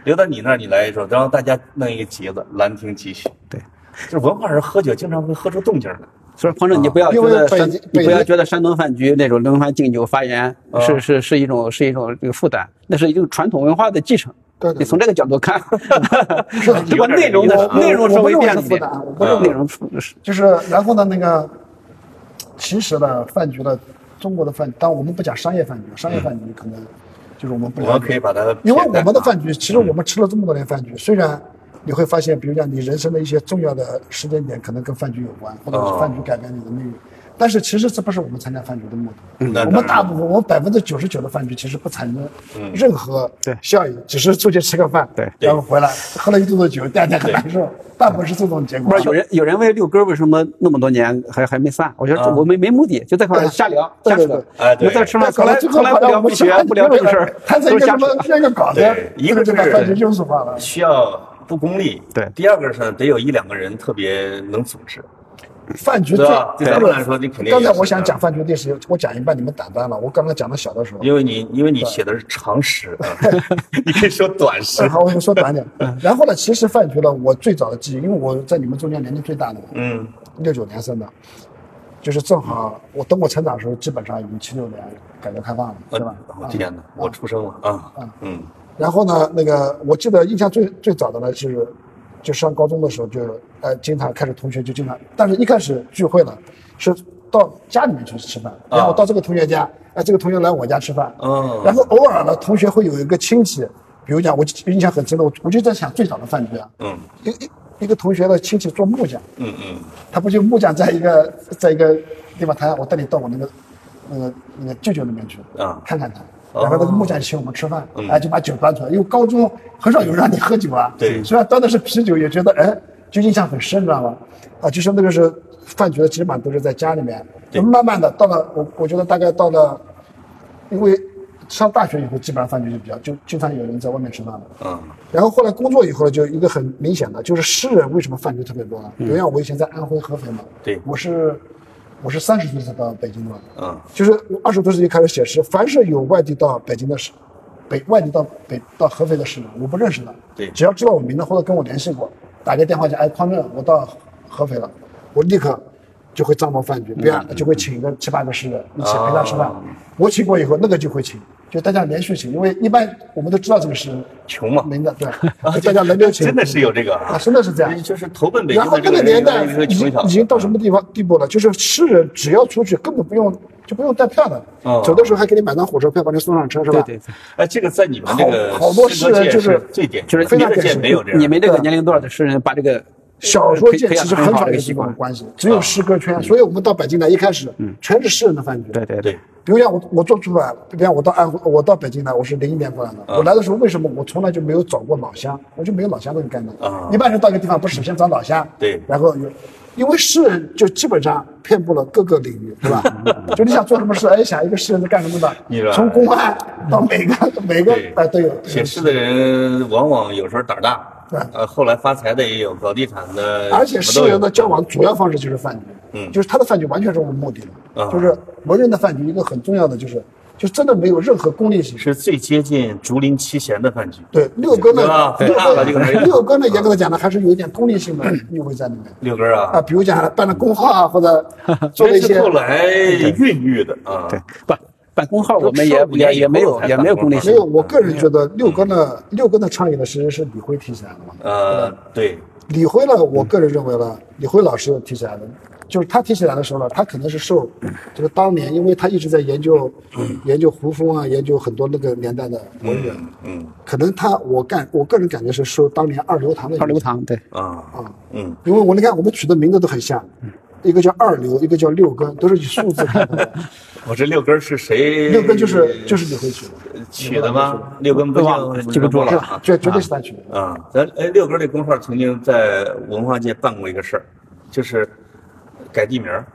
S1: 流到你那儿你来一首，然后大家弄一个集子，兰亭集序。
S3: 对，
S1: 就是文化人喝酒经常会喝出动静来。
S3: 所以黄正，你不要觉
S2: 啊因为
S3: 得
S2: 北
S3: 山
S2: 京
S3: 你
S2: 北
S3: 不要
S2: 京啊
S3: 觉得山东饭局那种轮番敬酒发言是是是一种是一种这个负担，那是一种传统文化的继承。
S2: 对对对
S3: 你从这个角度看， 这
S1: 有
S3: 个
S1: 点
S3: 内容的
S1: 意思啊
S3: 内容稍微变了
S2: 我不认为是
S3: 一
S2: 负
S3: 点啊
S2: 担我，
S1: 不认为
S3: 内容是
S2: 就是然后呢，那个其实呢，饭局的中国的饭，当然我们不讲商业饭局，商
S1: 嗯
S2: 业饭局可能就是我们不
S1: 我
S2: 了
S1: 们
S2: 解
S1: 可以把它
S2: 嗯因为我
S1: 简单
S2: 们的
S1: 化
S2: 饭局，其实
S1: 嗯
S2: 我们吃了这么多年饭局，虽然你会发现，比如讲你人生的一些重要的时间点可能跟饭局有关，或者
S1: 哦
S2: 是饭局改变你的命运，但是其实这不是我们参加饭局的目的。
S1: 嗯那
S2: 我
S1: 当
S2: 们
S1: 然嗯
S2: 大部分，我们百分之九十九的饭局其实不产生任何
S3: 对
S2: 效益，只是出去吃个饭，
S3: 对
S2: 然后回来喝了一肚子酒，第二天很难受，大部分是这种结
S3: 不
S2: 果
S3: 是。有人有人问六哥为什么那么多年还还没散？我觉
S1: 啊
S3: 得我们没目的，就在一块儿瞎聊
S2: 对
S3: 瞎
S2: 对
S3: 扯
S2: 对，
S1: 哎对
S3: 我在吃
S2: 那搞
S3: 饭从
S2: 到
S3: 来
S2: 最
S3: 从
S2: 后
S3: 来
S2: 好
S3: 不
S2: 像
S3: 聊
S2: 我们
S3: 不
S2: 吃
S3: 学
S2: 饭
S3: 不聊正事儿
S2: 摊，成
S3: 都
S2: 一
S3: 是
S2: 个
S3: 瞎
S2: 什
S3: 扯
S2: 么。像一个稿子
S1: 对，一个
S2: 这
S1: 是
S2: 个饭局庸俗化了。
S1: 啊需要不功利。
S3: 对
S1: 第二个是呢得有一两个人特别能组织，
S2: 饭局
S1: 对
S2: 最
S1: 吧？对咱们来说，你肯定
S2: 刚才
S1: 也是
S2: 我想讲，饭局历史，我讲一半你们打断了。我刚刚讲到小的时候，
S1: 因为你因为你写的是长诗，啊 你可以说短诗
S2: 然。后嗯我说 短点。
S1: 嗯
S2: 然后呢，其实饭局呢，我最早的记忆，因为我在你们中间年龄最大的嘛，
S1: 嗯，
S2: 六九年生的，就是正好我等我成长的时候，基本上已经七六年改革开放了，对吧？
S1: 我哦天哪，我出生了啊，嗯，
S2: 然后呢，那个我记得印象最最早的呢，就是就上高中的时候就，呃经常开始同学就经常，但是一开始聚会呢，是到家里面去吃饭，然后到这个同学家，哎、这个同学来我家吃饭，
S1: 啊嗯
S2: 然后偶尔呢，同学会有一个亲戚，比如讲我印象很深的，我我就在想最早的饭局啊，
S1: 嗯，
S2: 一一一个同学的亲戚做木匠，
S1: 嗯嗯，
S2: 他不就木匠在一个 在一个地方，他我带你到我那个那个那个舅舅那边去
S1: 啊嗯
S2: 看看他。然后那个木匠请我们吃饭，哎，就把酒端出来，因为高中很少有人让你喝酒啊。
S1: 对
S2: 虽然端的是啤酒，也觉得哎，就印象很深，你知道吗？啊，就相当于是饭局的基本上都是在家里面，
S1: 对
S2: 慢慢的到了我我觉得大概到了，因为上大学以后基本上饭局就比较就经常有人在外面吃饭了。
S1: 嗯，
S2: 然后后来工作以后，就一个很明显的就是诗人为什么饭局特别多呢？同样，我以前在安徽合肥嘛，
S1: 嗯对
S2: 我是我是三十岁才到北京的，
S1: 嗯，
S2: 就是我二十多岁就开始写诗，凡是有外地到北京的诗，北外地到北到合肥的诗人，我不认识的，
S1: 对
S2: 只要知道我名字或者跟我联系过，打个电话讲，哎，匡正，我到合肥了，我立刻。就会张罗饭
S1: 嗯
S2: 局，别就会请一个七八个诗人一起陪他吃饭
S1: 啊。
S2: 我请过以后，那个就会请，就大家连续请，因为一般我们都知道这个诗人，
S1: 穷嘛，
S2: 名的， 对，就大家轮流
S1: 哦啊
S2: 请，
S1: 真的是有这个
S2: 啊，
S1: 啊，
S2: 真的是这样。
S1: 就是投奔北
S2: 然
S1: 京
S2: 后
S1: 的
S2: 那
S1: 这
S2: 个
S1: 个
S2: 年
S1: 人
S2: 代
S1: 员是个
S2: 已
S1: 穷
S2: 经
S1: 小
S2: 已经
S1: 子，嗯
S2: 到什么地方地步了？就是诗人只要出去，根本不用就不用带票的
S1: 哦，
S2: 走的时候还给你买张火车票，把你送上车，是吧？
S3: 对对对，
S1: 哎，这个在你们这个
S2: 好好多
S1: 诗歌
S2: 诗人
S1: 界
S2: 就是
S1: 是最典型的，
S3: 就是
S1: 别的界没有这样
S3: 你
S1: 的，
S3: 们这个年龄段的诗人把这个
S2: 小说界其
S3: 培培养
S2: 实
S3: 得很
S2: 很
S3: 好
S2: 少
S3: 的一
S2: 有
S3: 个
S2: 这
S3: 习
S2: 种
S3: 惯，
S2: 关系，
S1: 嗯
S2: 只有诗歌圈。所以我们到北京来，一开始全是诗人的饭局。
S3: 对对
S1: 对，
S2: 比如像我，我做出版，比如像我到安徽，我到北京来，我是零一年过来的。
S1: 啊
S2: 我来的时候，为什么我从来就没有找过老乡？我就没有老乡这个概念。
S1: 啊
S2: 一般人到一个地方，不是首先找老乡，
S1: 对
S2: 然后有，因为诗人就基本上遍布了各个领域， 是吧？就你想做什么事，哎，想一个诗人是干什么
S1: 你说
S2: 的，从公安到每个每个
S1: 对
S2: 哎都有。
S1: 写诗的人往往有时候胆儿大
S2: 对，
S1: 呃，后来发财的也有，搞地产的，
S2: 而且
S1: 什
S2: 诗
S1: 么都有
S2: 人的交往主要方式就是饭局，
S1: 嗯
S2: 就是他的饭局完全是无目的的，
S1: 啊
S2: 就是文人的饭局一个很重要的就是，就真的没有任何功利性。
S1: 是最接近竹林七贤的饭局。
S2: 对，六哥呢
S1: 啊，对
S2: 六
S1: 大了这个没有
S2: 哥六哥呢，严格的讲呢，还是有一点功利性的意味在里面
S1: 六根儿
S2: 啊，
S1: 啊，
S2: 比如讲办了工号啊，或者做了一
S1: 这是
S2: 些
S1: 后来孕育的啊。
S3: 对，不办公号
S1: 都
S3: 我们
S1: 15
S3: 也
S1: 年
S3: 也
S1: 以
S3: 也没
S1: 后
S3: 有
S1: 才
S3: 也
S1: 办
S3: 没有
S1: 公
S3: 功利
S1: 号
S2: 没
S3: 性
S2: 有，，我个人觉得六哥呢，六哥呢倡议的其实是李辉提起来的嘛。
S1: 呃，对，
S2: 李辉呢，我个人认为呢，李辉老师提起来的，就是他提起来的时候呢，他可能是受这个当年，因为他一直在研究研究胡风啊，研究很多那个年代的文人，
S1: 嗯
S2: 可能他我感我个人感觉是受当年二流堂的影
S3: 二流
S2: 响。
S3: 堂对，
S1: 啊，嗯，
S2: 因为我你看我们取的名字都很像，一个叫二流，一个叫六根，都是以数字开头的。
S1: 我这六根儿是谁？呃
S2: 六根就是就是李辉取的，
S1: 取的吗？六根不
S3: 忘
S1: 叫
S3: 了记不住了
S2: 是
S1: 啊
S2: 吧？绝绝对是他取的。
S1: 啊，咱哎，六哥这工号曾经在文化界办过一个事儿，就是改地名儿。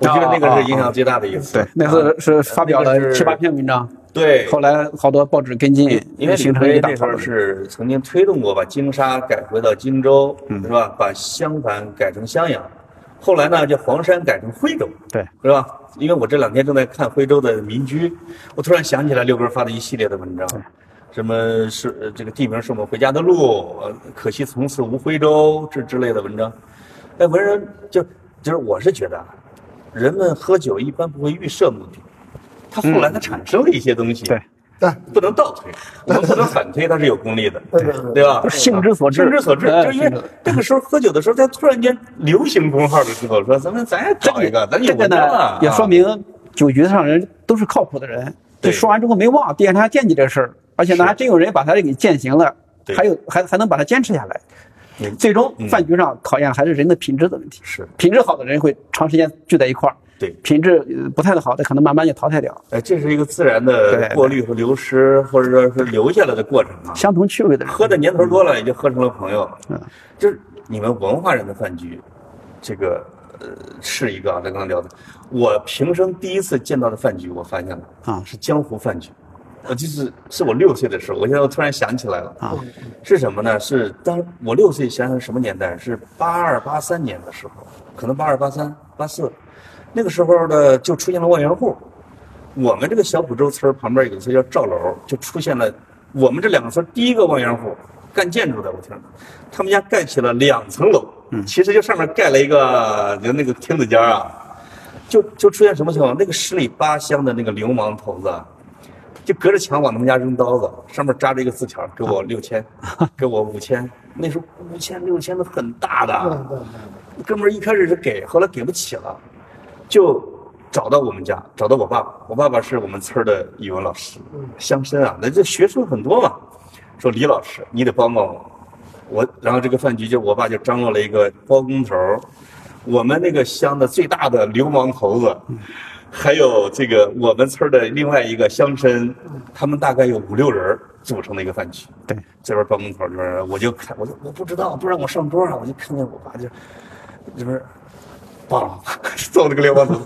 S1: 我
S3: 哦
S1: 觉得那个是影响最大的一次。
S3: 那
S1: 啊
S3: 次是发表
S1: 那个
S3: 了
S1: 是
S3: 七八篇文章，
S1: 对，
S3: 后来好多报纸跟进，
S1: 因为李
S3: 形成
S1: 逵
S3: 一大
S1: 那时
S3: 讨
S1: 候
S3: 论。
S1: 是曾经推动过把金沙改回到荆州，是吧？把襄樊改成襄阳，后来呢，叫黄山改成徽州，
S3: 对，
S1: 是吧？因为我这两天正在看徽州的民居，我突然想起来六哥发的一系列的文章，什么是呃这个地名是我们回家的路，呃可惜从此无徽州这之类的文章。哎，文人就就是我是觉得，啊，人们喝酒一般不会预设目的，他后来他产生了一些东西，
S3: 对
S2: 对，
S1: 不能倒推，嗯我们不能反推，它是有功利的，
S2: 对对对
S1: 对吧？
S3: 就是性之所至
S1: 性之所至，
S3: 哎
S1: 就是因为
S3: 性之
S1: 那个时候喝酒的时候，他突然间流行公号的时候，说咱们咱也搞一个，咱
S3: 这
S1: 有
S3: 个
S1: 文章啊
S3: 呢，，也说明酒局上人都是靠谱的人，
S1: 对
S3: 就说完之后没忘，第二天还惦记这事儿，而且呢还真有人把他给践行了
S1: 对，
S3: 还有还还能把它坚持下来
S1: 嗯。
S3: 最终饭局上考验还是人的品质的问题，
S1: 是
S3: 品质好的人会长时间聚在一块儿，
S1: 对
S3: 品质呃不太的好的可能慢慢就淘汰掉。
S1: 哎，这是一个自然的
S3: 对
S1: 过滤和流失，或者说是留下来的过程啊。
S3: 相同趣味的人，
S1: 喝的年头多了，也就喝成了朋友。
S3: 嗯，
S1: 就是你们文化人的饭局，这个呃是一个啊，咱刚刚聊的，我平生第一次见到的饭局，我发现了
S3: 啊
S1: 是江湖饭局。我就是是我六岁的时候，我现在我突然想起来了
S2: 嗯
S3: 啊，
S1: 是什么呢？是当我六岁，想想是什么年代？是八二八三年的时候，可能八二八三八四，那个时候呢就出现了万元户。我们这个小浦洲村儿旁边有个村叫赵楼，就出现了我们这两个村第一个万元户，干建筑的，我听着，他们家盖起了两层楼，其实就上面盖了一个就那个亭子间儿啊，就就出现什么情况？那个十里八乡的那个流氓头子啊，就隔着墙往他们家扔刀子，上面扎着一个字条，给我六千，给我五千，那时候五千六千都很大的，啊
S2: 对对对。
S1: 哥们儿一开始是给，后来给不起了，就找到我们家，找到我爸爸。我爸爸是我们村儿的语文老师，乡绅啊，那这学生很多嘛。说李老师，你得帮帮我。我然后这个饭局就我爸就张罗了一个包工头儿，我们那个乡的最大的流氓头子，还有这个我们村儿的另外一个乡绅，他们大概有五六人儿组成的一个饭局。
S3: 对，
S1: 这边办公口这边，我就看，我就我不知道，不让我上桌啊，我就看见我爸就这边，爸， 揍了个流氓头，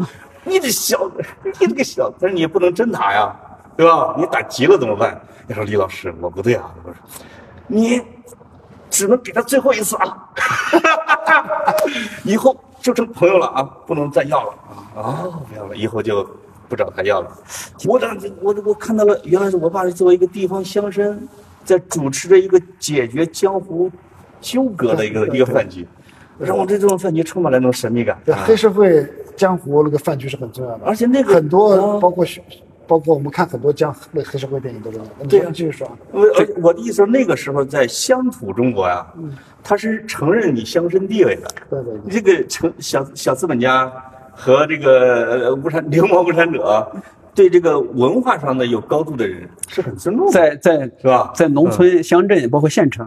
S1: 你这小，你这个小，但是你也不能真打呀，对吧？你打急了怎么办？他说李老师，我不对啊，我说你只能给他最后一次啊， 以后就成朋友了啊，不能再要了啊，哦，不要了，以后就不找他要了。我长，我我看到了，原来是我爸是作为一个地方乡绅，在主持着一个解决江湖纠葛的一个一个饭局，让我对这种饭局充满了那种神秘感。
S2: 对
S1: 啊
S2: 黑社会江湖那个饭局是很重要的，
S1: 而且那个
S2: 很
S1: 啊
S2: 多包括学包括我们看很多江那黑社会电影都是那样。
S1: 对啊
S2: 你继续说啊。
S1: 我而我的意思是，那个时候在乡土中国呀、
S2: 嗯
S1: 他是承认你乡绅地位的。
S2: 对对对
S1: 这个成小小资本家和这个呃无产流氓无产者，对这个文化上的有高度的人是很尊重的，
S3: 在在
S1: 是吧？
S3: 在农
S1: 嗯
S3: 村、乡镇，包括县城，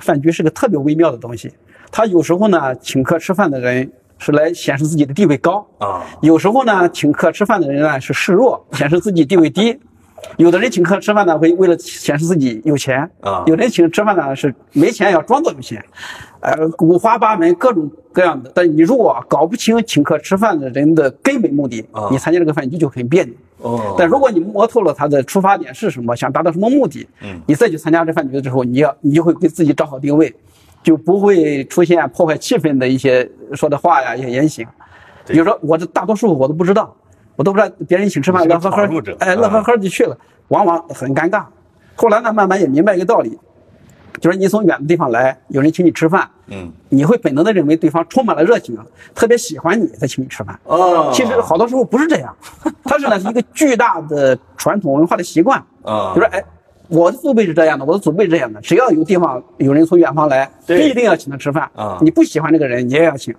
S3: 饭局是个特别微妙的东西。他有时候呢，请客吃饭的人是来显示自己的地位高
S1: 啊
S3: 有时候呢，请客吃饭的人呢啊是示弱， 显示自己地位低。有的人请客吃饭呢，会为了显示自己有钱
S1: 啊
S3: 有的人请吃饭呢是没钱要装作有钱，呃，五花八门，各种各样的。但你如果搞不清请客吃饭的人的根本目的，
S1: 啊
S3: 你参加这个饭局就很别扭。
S1: 哦
S3: 但如果你摸透了他的出发点是什么，想达到什么目的，
S1: 嗯
S3: 你再去参加这饭局之后，你要你就会给自己找好定位，就不会出现破坏气氛的一些说的话呀，一些言行。比如说，我这大多数我都不知道，我都不知道别人请吃饭
S1: 你是
S3: 乐
S1: 个
S3: 呵
S1: 闯入
S3: 呵
S1: 者，
S3: 哎，
S1: 嗯
S3: 乐呵呵就去了，往往很尴尬。后来呢，慢慢也明白一个道理，就是你从远的地方来，有人请你吃饭，
S1: 嗯
S3: 你会本能的认为对方充满了热情，啊特别喜欢你才请你吃饭。
S1: 哦
S3: 其实好多时候不是这 样，它是呢是一个巨大的传统文化的习惯。
S1: 啊
S3: 就是哎，我的父辈是这样的，我的祖辈是这样的，只要有地方有人从远方来，
S1: 对
S3: 必定要请他吃饭。
S1: 啊
S3: 你不喜欢这个人，你也要请。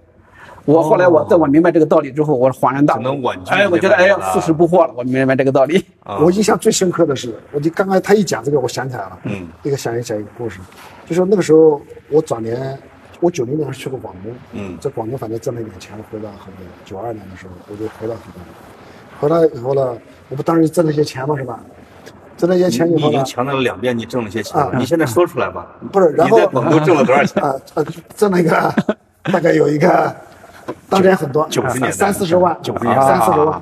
S3: 我后来我在我明白这个道理之后，我恍然大悟，
S1: 只能婉拒
S3: 哎，我觉
S1: 这
S3: 得
S1: 个
S3: 哎呀
S1: 人，了
S3: 四十不惑了，我明白这个 道理。
S1: 啊
S2: 我印象最深刻的是，我就刚刚他一讲这个，我想起来了，
S1: 嗯，
S2: 一个想一讲一个故事，就说那个时候我早年，我九零年去过广东，
S1: 嗯
S2: 在广东反正挣了一点钱，回到河北，九二年的时候我就回到河北，回来以后呢，我不当时挣了些钱嘛，是吧？挣了些钱以
S1: 你
S2: 后
S1: 已
S2: 呢
S1: 经，强调了两遍，你挣了些钱
S2: 啊，
S1: 你现在说出来吧。
S2: 不是然后
S1: 你在广州挣了多少钱？
S2: 啊啊，挣了一个大概有一个，当时也很多，
S1: 九十年代
S2: 三四十万，
S1: 九十年代
S2: 三四十万。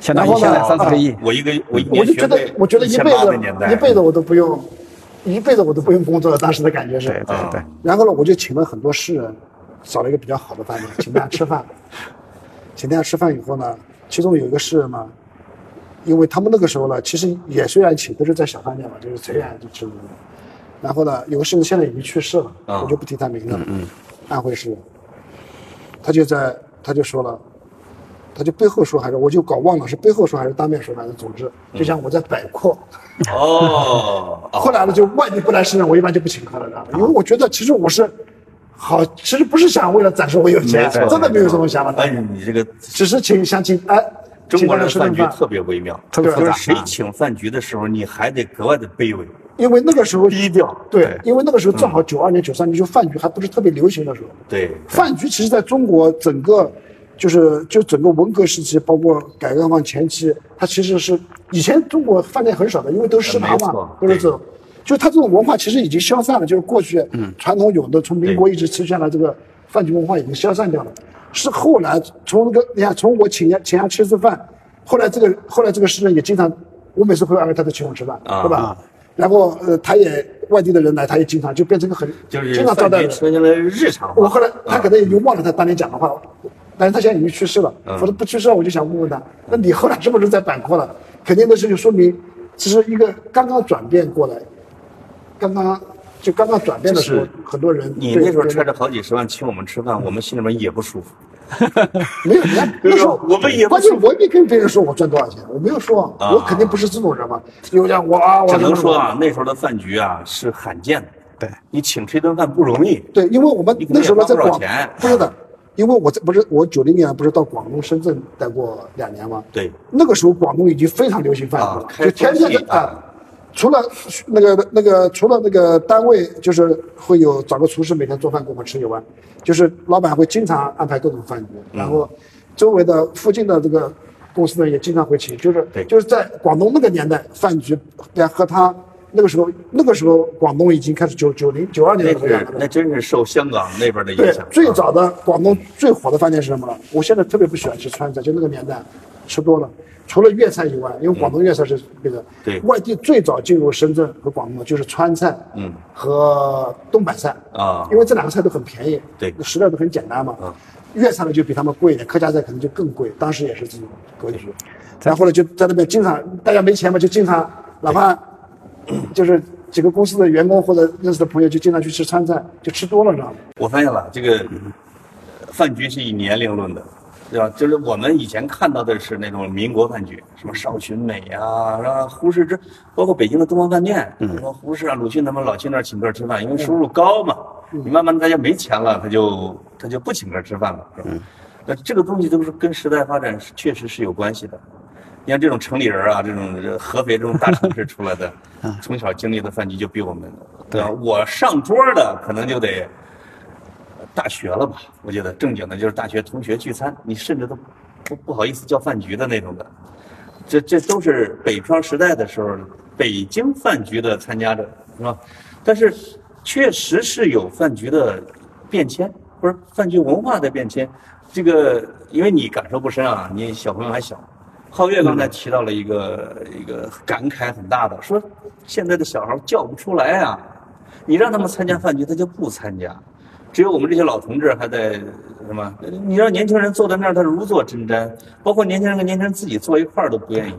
S3: 相当于
S2: 然后
S3: 现
S2: 呢
S3: 在三四个亿，
S1: 我一个我一
S2: 啊我
S1: 年
S2: 就
S1: 学
S2: 觉得
S1: 费，
S2: 我觉得一辈
S1: 1800年代
S2: 子一辈子我都不用，一辈子我都不用工作，当时的感觉是。
S3: 对对
S1: 啊
S3: 对，
S2: 然后呢，我就请了很多诗人，找了一个比较好的饭店，请大家吃饭。请大家吃饭以后呢，其中有一个诗人嘛，因为他们那个时候呢，其实也虽然请都是在小饭店嘛，就是随便就吃。然后呢，有个诗人现在已经去世了，
S1: 啊
S2: 我就不提他名字了。安徽诗人，他就在他就说了。他就背后说还是我就搞忘了是背后说还是当面说，反正总之就像我在摆阔，
S1: 哦，哦
S2: 后来呢，就外地过来深圳，我一般就不请客了，知道吧？因为我觉得其实我是好，其实不是想为了展示我有
S1: 没
S2: 钱，
S1: 错
S2: 真的没有这种想法，
S1: 哎，你这个
S2: 只是请想请哎，
S1: 中国人
S2: 请
S1: 饭
S2: 客吃
S1: 局
S2: 顿
S1: 特
S2: 饭，
S1: 别微妙，
S3: 特别
S1: 就
S3: 复
S1: 是
S3: 杂
S1: 谁请饭局的时候，你还得格外的卑微。
S2: 因为那个时候
S1: 低调
S2: 对
S1: 对，嗯
S2: 因为那个时候正好九二年、九三年，就饭局还不是特别流行的时候，
S1: 对，
S2: 饭局其实在中国整个。就是就整个文革时期，包括改革开放前期，它其实是以前中国饭店很少的，因为都是食
S1: 嗯
S2: 堂
S1: 没错
S2: 嘛，都是这种，就它这种文化其实已经消散了，就是过去嗯传统有的从民国一直持续下来这个饭局文化已经消散掉了，是后来从那个你看从我请人请他吃一次饭，后来这个后来这个诗人也经常，我每次回来他都请我吃饭，
S1: 啊
S2: 对吧？然后呃他也外地的人来，他也经常就变成一个很
S1: 就是
S2: 经常招
S1: 饭
S2: 待
S1: 局
S2: 人。
S1: 出现了日常化。
S2: 我后来他可能也就忘了他当年讲的话，但是他现在已经去世了，
S1: 嗯
S2: 否则不去世了我就想问问他，那你后来是不是在板块了？肯定的事就说明，其实一个刚刚转变过来，刚刚就刚刚转变的时候
S1: 就是，
S2: 很多人
S1: 你
S2: 对
S1: 那时候
S2: 对
S1: 揣着好几十万请我们吃饭，我们心里面也不舒服。
S2: 没有，人 家那时候
S1: 我们也不
S2: 关键我也没跟别人说我赚多少钱，我没有说，
S1: 啊
S2: 我肯定不是这种人嘛。有讲我啊，我
S1: 只能
S2: 什么什么
S1: 说啊，那时候的饭局啊是罕见的。
S3: 对，
S1: 你请吃一顿饭不容易。
S2: 对，因为我们
S1: 你可能
S2: 那时候
S1: 也花
S2: 在
S1: 不了
S2: 广
S1: 钱，
S2: 不是的，因为我在不是我九零年不是到广东、深圳待过两年吗？
S1: 对，
S2: 那个时候广东已经非常流行饭
S1: 啊
S2: 局了，
S1: 开
S2: 就天
S1: 风
S2: 天
S1: 气
S2: 的啊。除了那个那个，除了那个单位就是会有找个厨师每天做饭给我们吃以外，就是老板会经常安排各种饭局，
S1: 嗯
S2: 然后周围的附近的这个公司呢也经常会请，就是
S1: 对
S2: 就是在广东那个年代，饭局人家喝汤，那个时候，那个时候广东已经开始九九零九二年
S1: 那
S2: 的时候
S1: 是那真是受香港那边的影
S2: 对
S1: 响，。啊
S2: 最早的广东最火的饭店是什么呢？我现在特别不喜欢吃川菜，就那个年代吃多了，除了粤菜以外，因为广东粤菜是那个、
S1: 对
S2: 外地最早进入深圳和广东的就是川菜，
S1: 嗯，
S2: 和东北菜
S1: 啊
S2: 因为这两个菜都很便宜，
S1: 对啊
S2: 食料都很简单嘛，粤菜呢就比他们贵一点，客家菜可能就更贵，当时也是这种格局，然后呢就在那边经常大家没钱嘛，就经常哪怕就是几个公司的员工或者认识的朋友就经常去吃川菜，就吃多了，你知道吗？
S1: 我发现了，这个饭局是以年龄论的，对吧？就是我们以前看到的是那种民国饭局，什么邵群美啊，然后胡适之，包括北京的东方饭店，什么胡适啊、鲁迅他们老去那儿请客吃饭，因为收入高嘛。你慢慢大家没钱了，他就他就不请客吃饭了，是吧？那这个东西都是跟时代发展是确实是有关系的。你看这种城里人啊，这种这合肥这种大城市出来的，从小经历的饭局就比我们，对吧？我上桌的可能就得大学了吧？我觉得正经的就是大学同学聚餐，你甚至都不不好意思叫饭局的那种的。这这都是北漂时代的时候，北京饭局的参加者是吧？但是确实是有饭局的变迁，或者饭局文化的变迁。这个因为你感受不深啊，你小朋友还小。皓月刚才提到了一个、一个感慨很大的，说现在的小孩叫不出来啊，你让他们参加饭局，他就不参加。只有我们这些老同志还在什么？你让年轻人坐在那儿，他如坐针毡，包括年轻人跟年轻人自己坐一块儿都不愿意，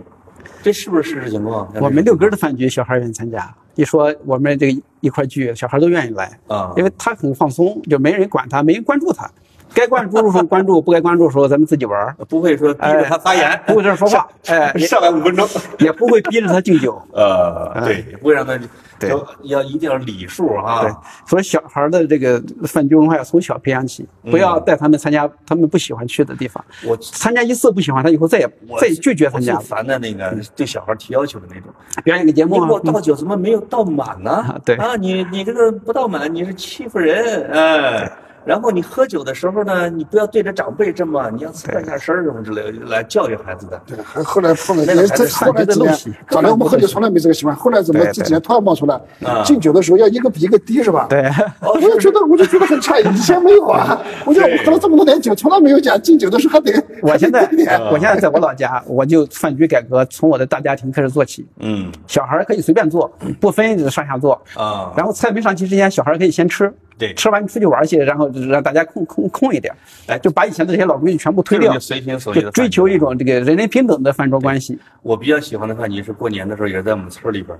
S1: 这是不是事实情况？
S3: 我们六根儿的饭局，小孩儿愿意参加。一说我们这个一块儿聚，小孩儿都愿意来
S1: 啊
S3: 因为他很放松，就没人管他，没人关注他。该关注的时候关注，不该关注的时候咱们自己玩儿。
S1: 呃
S3: 哎
S1: 不会 说逼着他发言，
S3: 不会在这儿 说话，哎，也
S1: 上来五分钟。
S3: 也不会逼着他敬酒。
S1: 呃，对，不会让他
S3: 哎对
S1: 要要一定要礼数
S3: 对
S1: 啊。，
S3: 所以小孩儿的这个饭局文化要从小培养起，
S1: 嗯
S3: 不要带他们参加他们不喜欢去的地方。
S1: 我
S3: 参加一次不喜欢，他以后再也
S1: 我
S3: 再也拒绝参加嗯
S1: 我。最烦的那个对小孩提要求的那种，
S3: 表演个节
S1: 你
S3: 目
S1: 给我
S3: 啊，
S1: 倒酒怎么没有倒满呢？
S3: 啊对
S1: 啊，你你这个不倒满，你是欺负人，哎。然后你喝酒的时候呢，你不要对着长辈这么，你要转一下身儿什么之类的，来教育孩子的。
S2: 对，还后来后来，
S1: 那个
S2: 也
S1: 还
S2: 这
S1: 是
S2: 后来
S3: 感觉
S2: 几
S3: 的
S2: 年
S3: 陋习，
S2: 早来我们喝酒从来没这个习惯，后来怎么
S3: 对
S2: 这
S3: 对
S2: 几年突然冒出来
S1: 啊？
S2: 敬酒的时候要一个比一个低是吧？。
S3: 对，
S1: 哦
S2: 我就觉得，我就觉得很诧异，以前没有啊！ 我觉得我喝了这么多年酒，从来没有讲敬酒的时候还得
S3: 我现在
S2: 还得低一点
S3: 我现在在我老家，我就饭局改革从我的大家庭开始做起。
S1: 嗯
S3: 小孩儿可以随便坐，不分上下坐。
S1: 啊，
S3: 然后菜没上齐之前，小孩儿可以先吃，
S1: 对
S3: 吃完出去玩儿去，然后就是让大家空空空一点儿，
S1: 哎
S3: 就把以前的这些老规矩全部推
S1: 这种就，
S3: 掉
S1: 随心所欲
S3: 就
S1: 的
S3: 追
S1: 饭局
S3: 求一种这个人人平等的饭桌关系。
S1: 我比较喜欢的饭局是过年的时候，也是在我们村里边儿，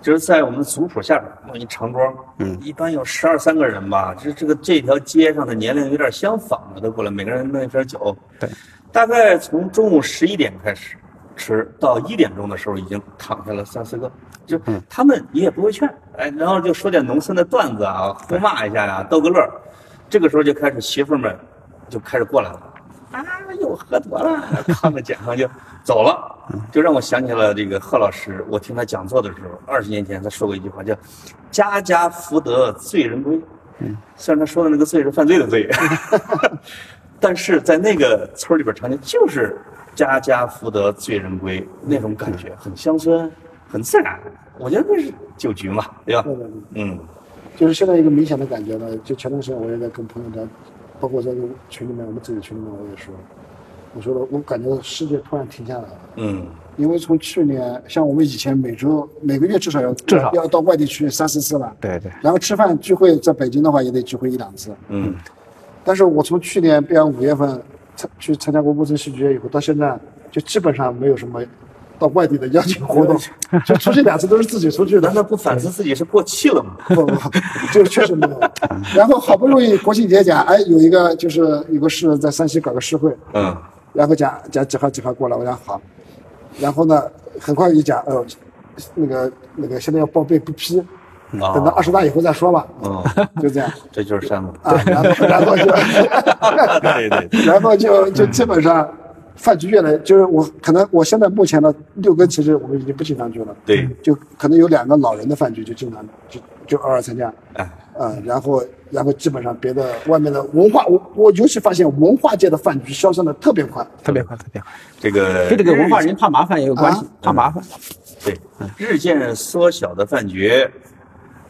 S1: 就是在我们族谱下边儿弄一长桌，嗯，一般有十二三个人吧，就是这个这条街上的年龄有点相仿的都过来，每个人弄一瓶酒，
S3: 对，
S1: 大概从中午十一点开始吃，到一点钟的时候已经躺下了三四个，就他们你也不会劝，哎，然后就说点农村的段子啊，互骂一下呀、逗个乐儿，这个时候就开始媳妇儿们就开始过来了。啊，又喝多了， 扛着奖上就走了，就让我想起了这个贺老师，我听他讲座的时候，二十年前他说过一句话，叫“家家福德醉人归”。嗯，虽然他说的那个“醉”是犯罪的 罪，但是在那个村里边常见就是“家家福德醉人归”那种感觉，很乡村，很自然。我觉得那是酒局嘛，对吧
S2: 对对对？
S1: 嗯，
S2: 就是现在一个明显的感觉呢，就前段时间我也在跟朋友聊，包括在群里面，我们自己群里面我也说，我说了，我感觉世界突然停下来了。
S1: 嗯，
S2: 因为从去年，像我们以前每周每个月至少要
S3: 至少
S2: 要到外地去三四次了，
S3: 对对
S2: 然后吃饭聚会在北京的话也得聚会一两次，
S1: 嗯，
S2: 但是我从去年，比方五月份参去参加过乌镇戏剧节以后，到现在就基本上没有什么到外地的邀请活动，就出去两次都是自己出去的
S1: 难。道不反思自己是过气了吗？
S2: 不 不，这个确实没有。然后好不容易国庆节讲，哎，有一个就是有个市在山西搞个市会，
S1: 嗯，
S2: 然后讲讲几号几号过来，我讲好，然后呢，很快一讲，呃，那个那个现在要报备不批，
S1: 啊
S2: 等到二十大以后再说吧，
S1: 嗯，
S2: 就这样
S1: 这就是山姆。
S2: 啊，然后然后就。
S1: 对对对，
S2: 然后就就基本上饭局越来就是我可能我现在目前的六根其实我们已经不经常聚了，
S1: 对，
S2: 就可能有两个老人的饭局就经常就就偶尔参加，
S1: 哎
S2: 啊，然后然后基本上别的外面的文化，我我尤其发现文化界的饭局消散的特别快，
S3: 特别快，特别快。
S1: 这个
S3: 跟这个文化人怕麻烦也有关系
S2: 啊，
S1: 嗯
S3: 怕麻烦。
S1: 对，日渐缩小的饭局，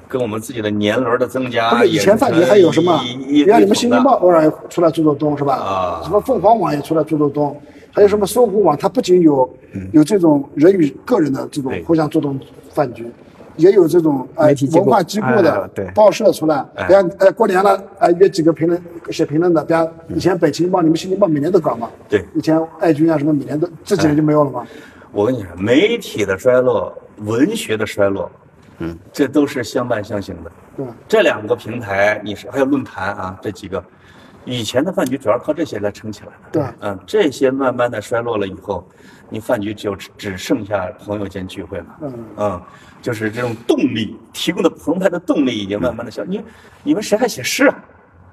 S1: 跟我们自己的年轮的增加，
S2: 不是以前饭局还有什么？你看你们新京报偶尔也出来做做东是吧？
S1: 啊
S2: 什么凤凰网也出来做做东，还有什么搜狐网，它不仅有有这种人与个人的这种
S1: 对
S2: 互相做动饭局，也有这种呃
S3: 媒体机构
S2: 文化机构
S3: 哎
S2: 的
S3: 对
S2: 报社出来，
S1: 哎
S2: 比方呃过年了呃约几个评论写评论的，比方以前北秦报你们新京报每年都搞嘛，
S1: 对
S2: 以前爱军啊什么每年都这几年就没有了嘛，
S1: 我跟你说，媒体的衰落，文学的衰落，嗯，这都是相伴相行的。
S2: 对吧？
S1: 这两个平台，你是还有论坛啊，这几个，以前的饭局主要靠这些来撑起来的。
S2: 对
S1: 嗯，这些慢慢的衰落了以后，你饭局只有只剩下朋友间聚会了。
S2: 嗯
S1: 嗯，就是这种动力提供的澎湃的动力已经慢慢的消。你你们谁还写诗啊？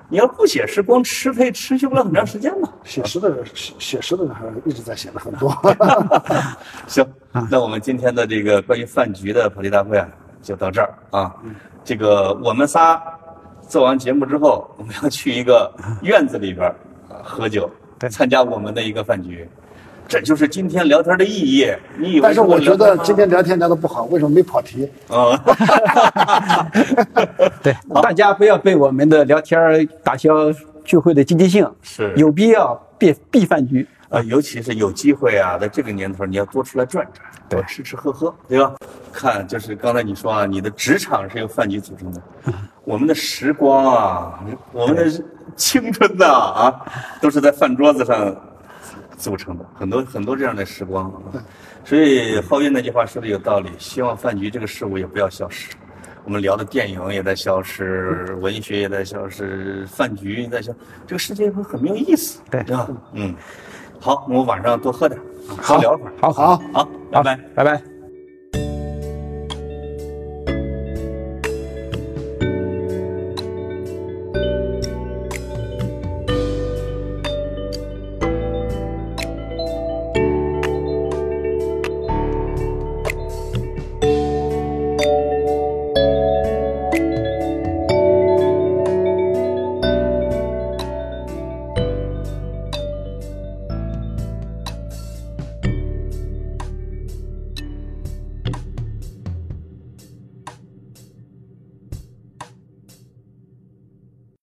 S1: 你要不写诗，光吃可以持续不了很长时间嘛。
S2: 写诗的人写写诗的人还是一直在写的很多。
S1: 行，
S2: 啊
S1: 那我们今天的这个关于饭局的跑题大会啊，就到这儿啊。
S2: 嗯
S1: 这个我们仨做完节目之后，我们要去一个
S2: 嗯
S1: 院子里边儿啊喝酒，参加我们的一个饭局。这就是今天聊天的意义。你以为
S2: 但是我
S1: 聊
S2: 觉
S1: 天
S2: 得
S1: 吗
S2: 今天聊天聊得不好，为什么没跑题？
S1: 啊，
S3: 对，大家不要被我们的聊天儿打消聚会的积极性，
S1: 是
S3: 有必要避避饭局。
S1: 啊，尤其是有机会啊，在这个年头，你要多出来转转，多吃吃喝喝，对吧？看，就是刚才你说啊，你的职场是由饭局组 成的，我们的时光啊，我们的青春呐啊都是在饭桌子上组成的，很多很多这样的时光
S3: 嗯
S1: 啊。所以皓月那句话说的有道理，希望饭局这个事物也不要消失。我们聊的电影也在消失，文学也在消失，饭局也在消，这个世界会很没有意思，
S3: 对
S1: 对吧？嗯，好，我晚上多喝点，好聊会儿，
S3: 好好，
S1: 好，拜拜。
S3: 拜拜。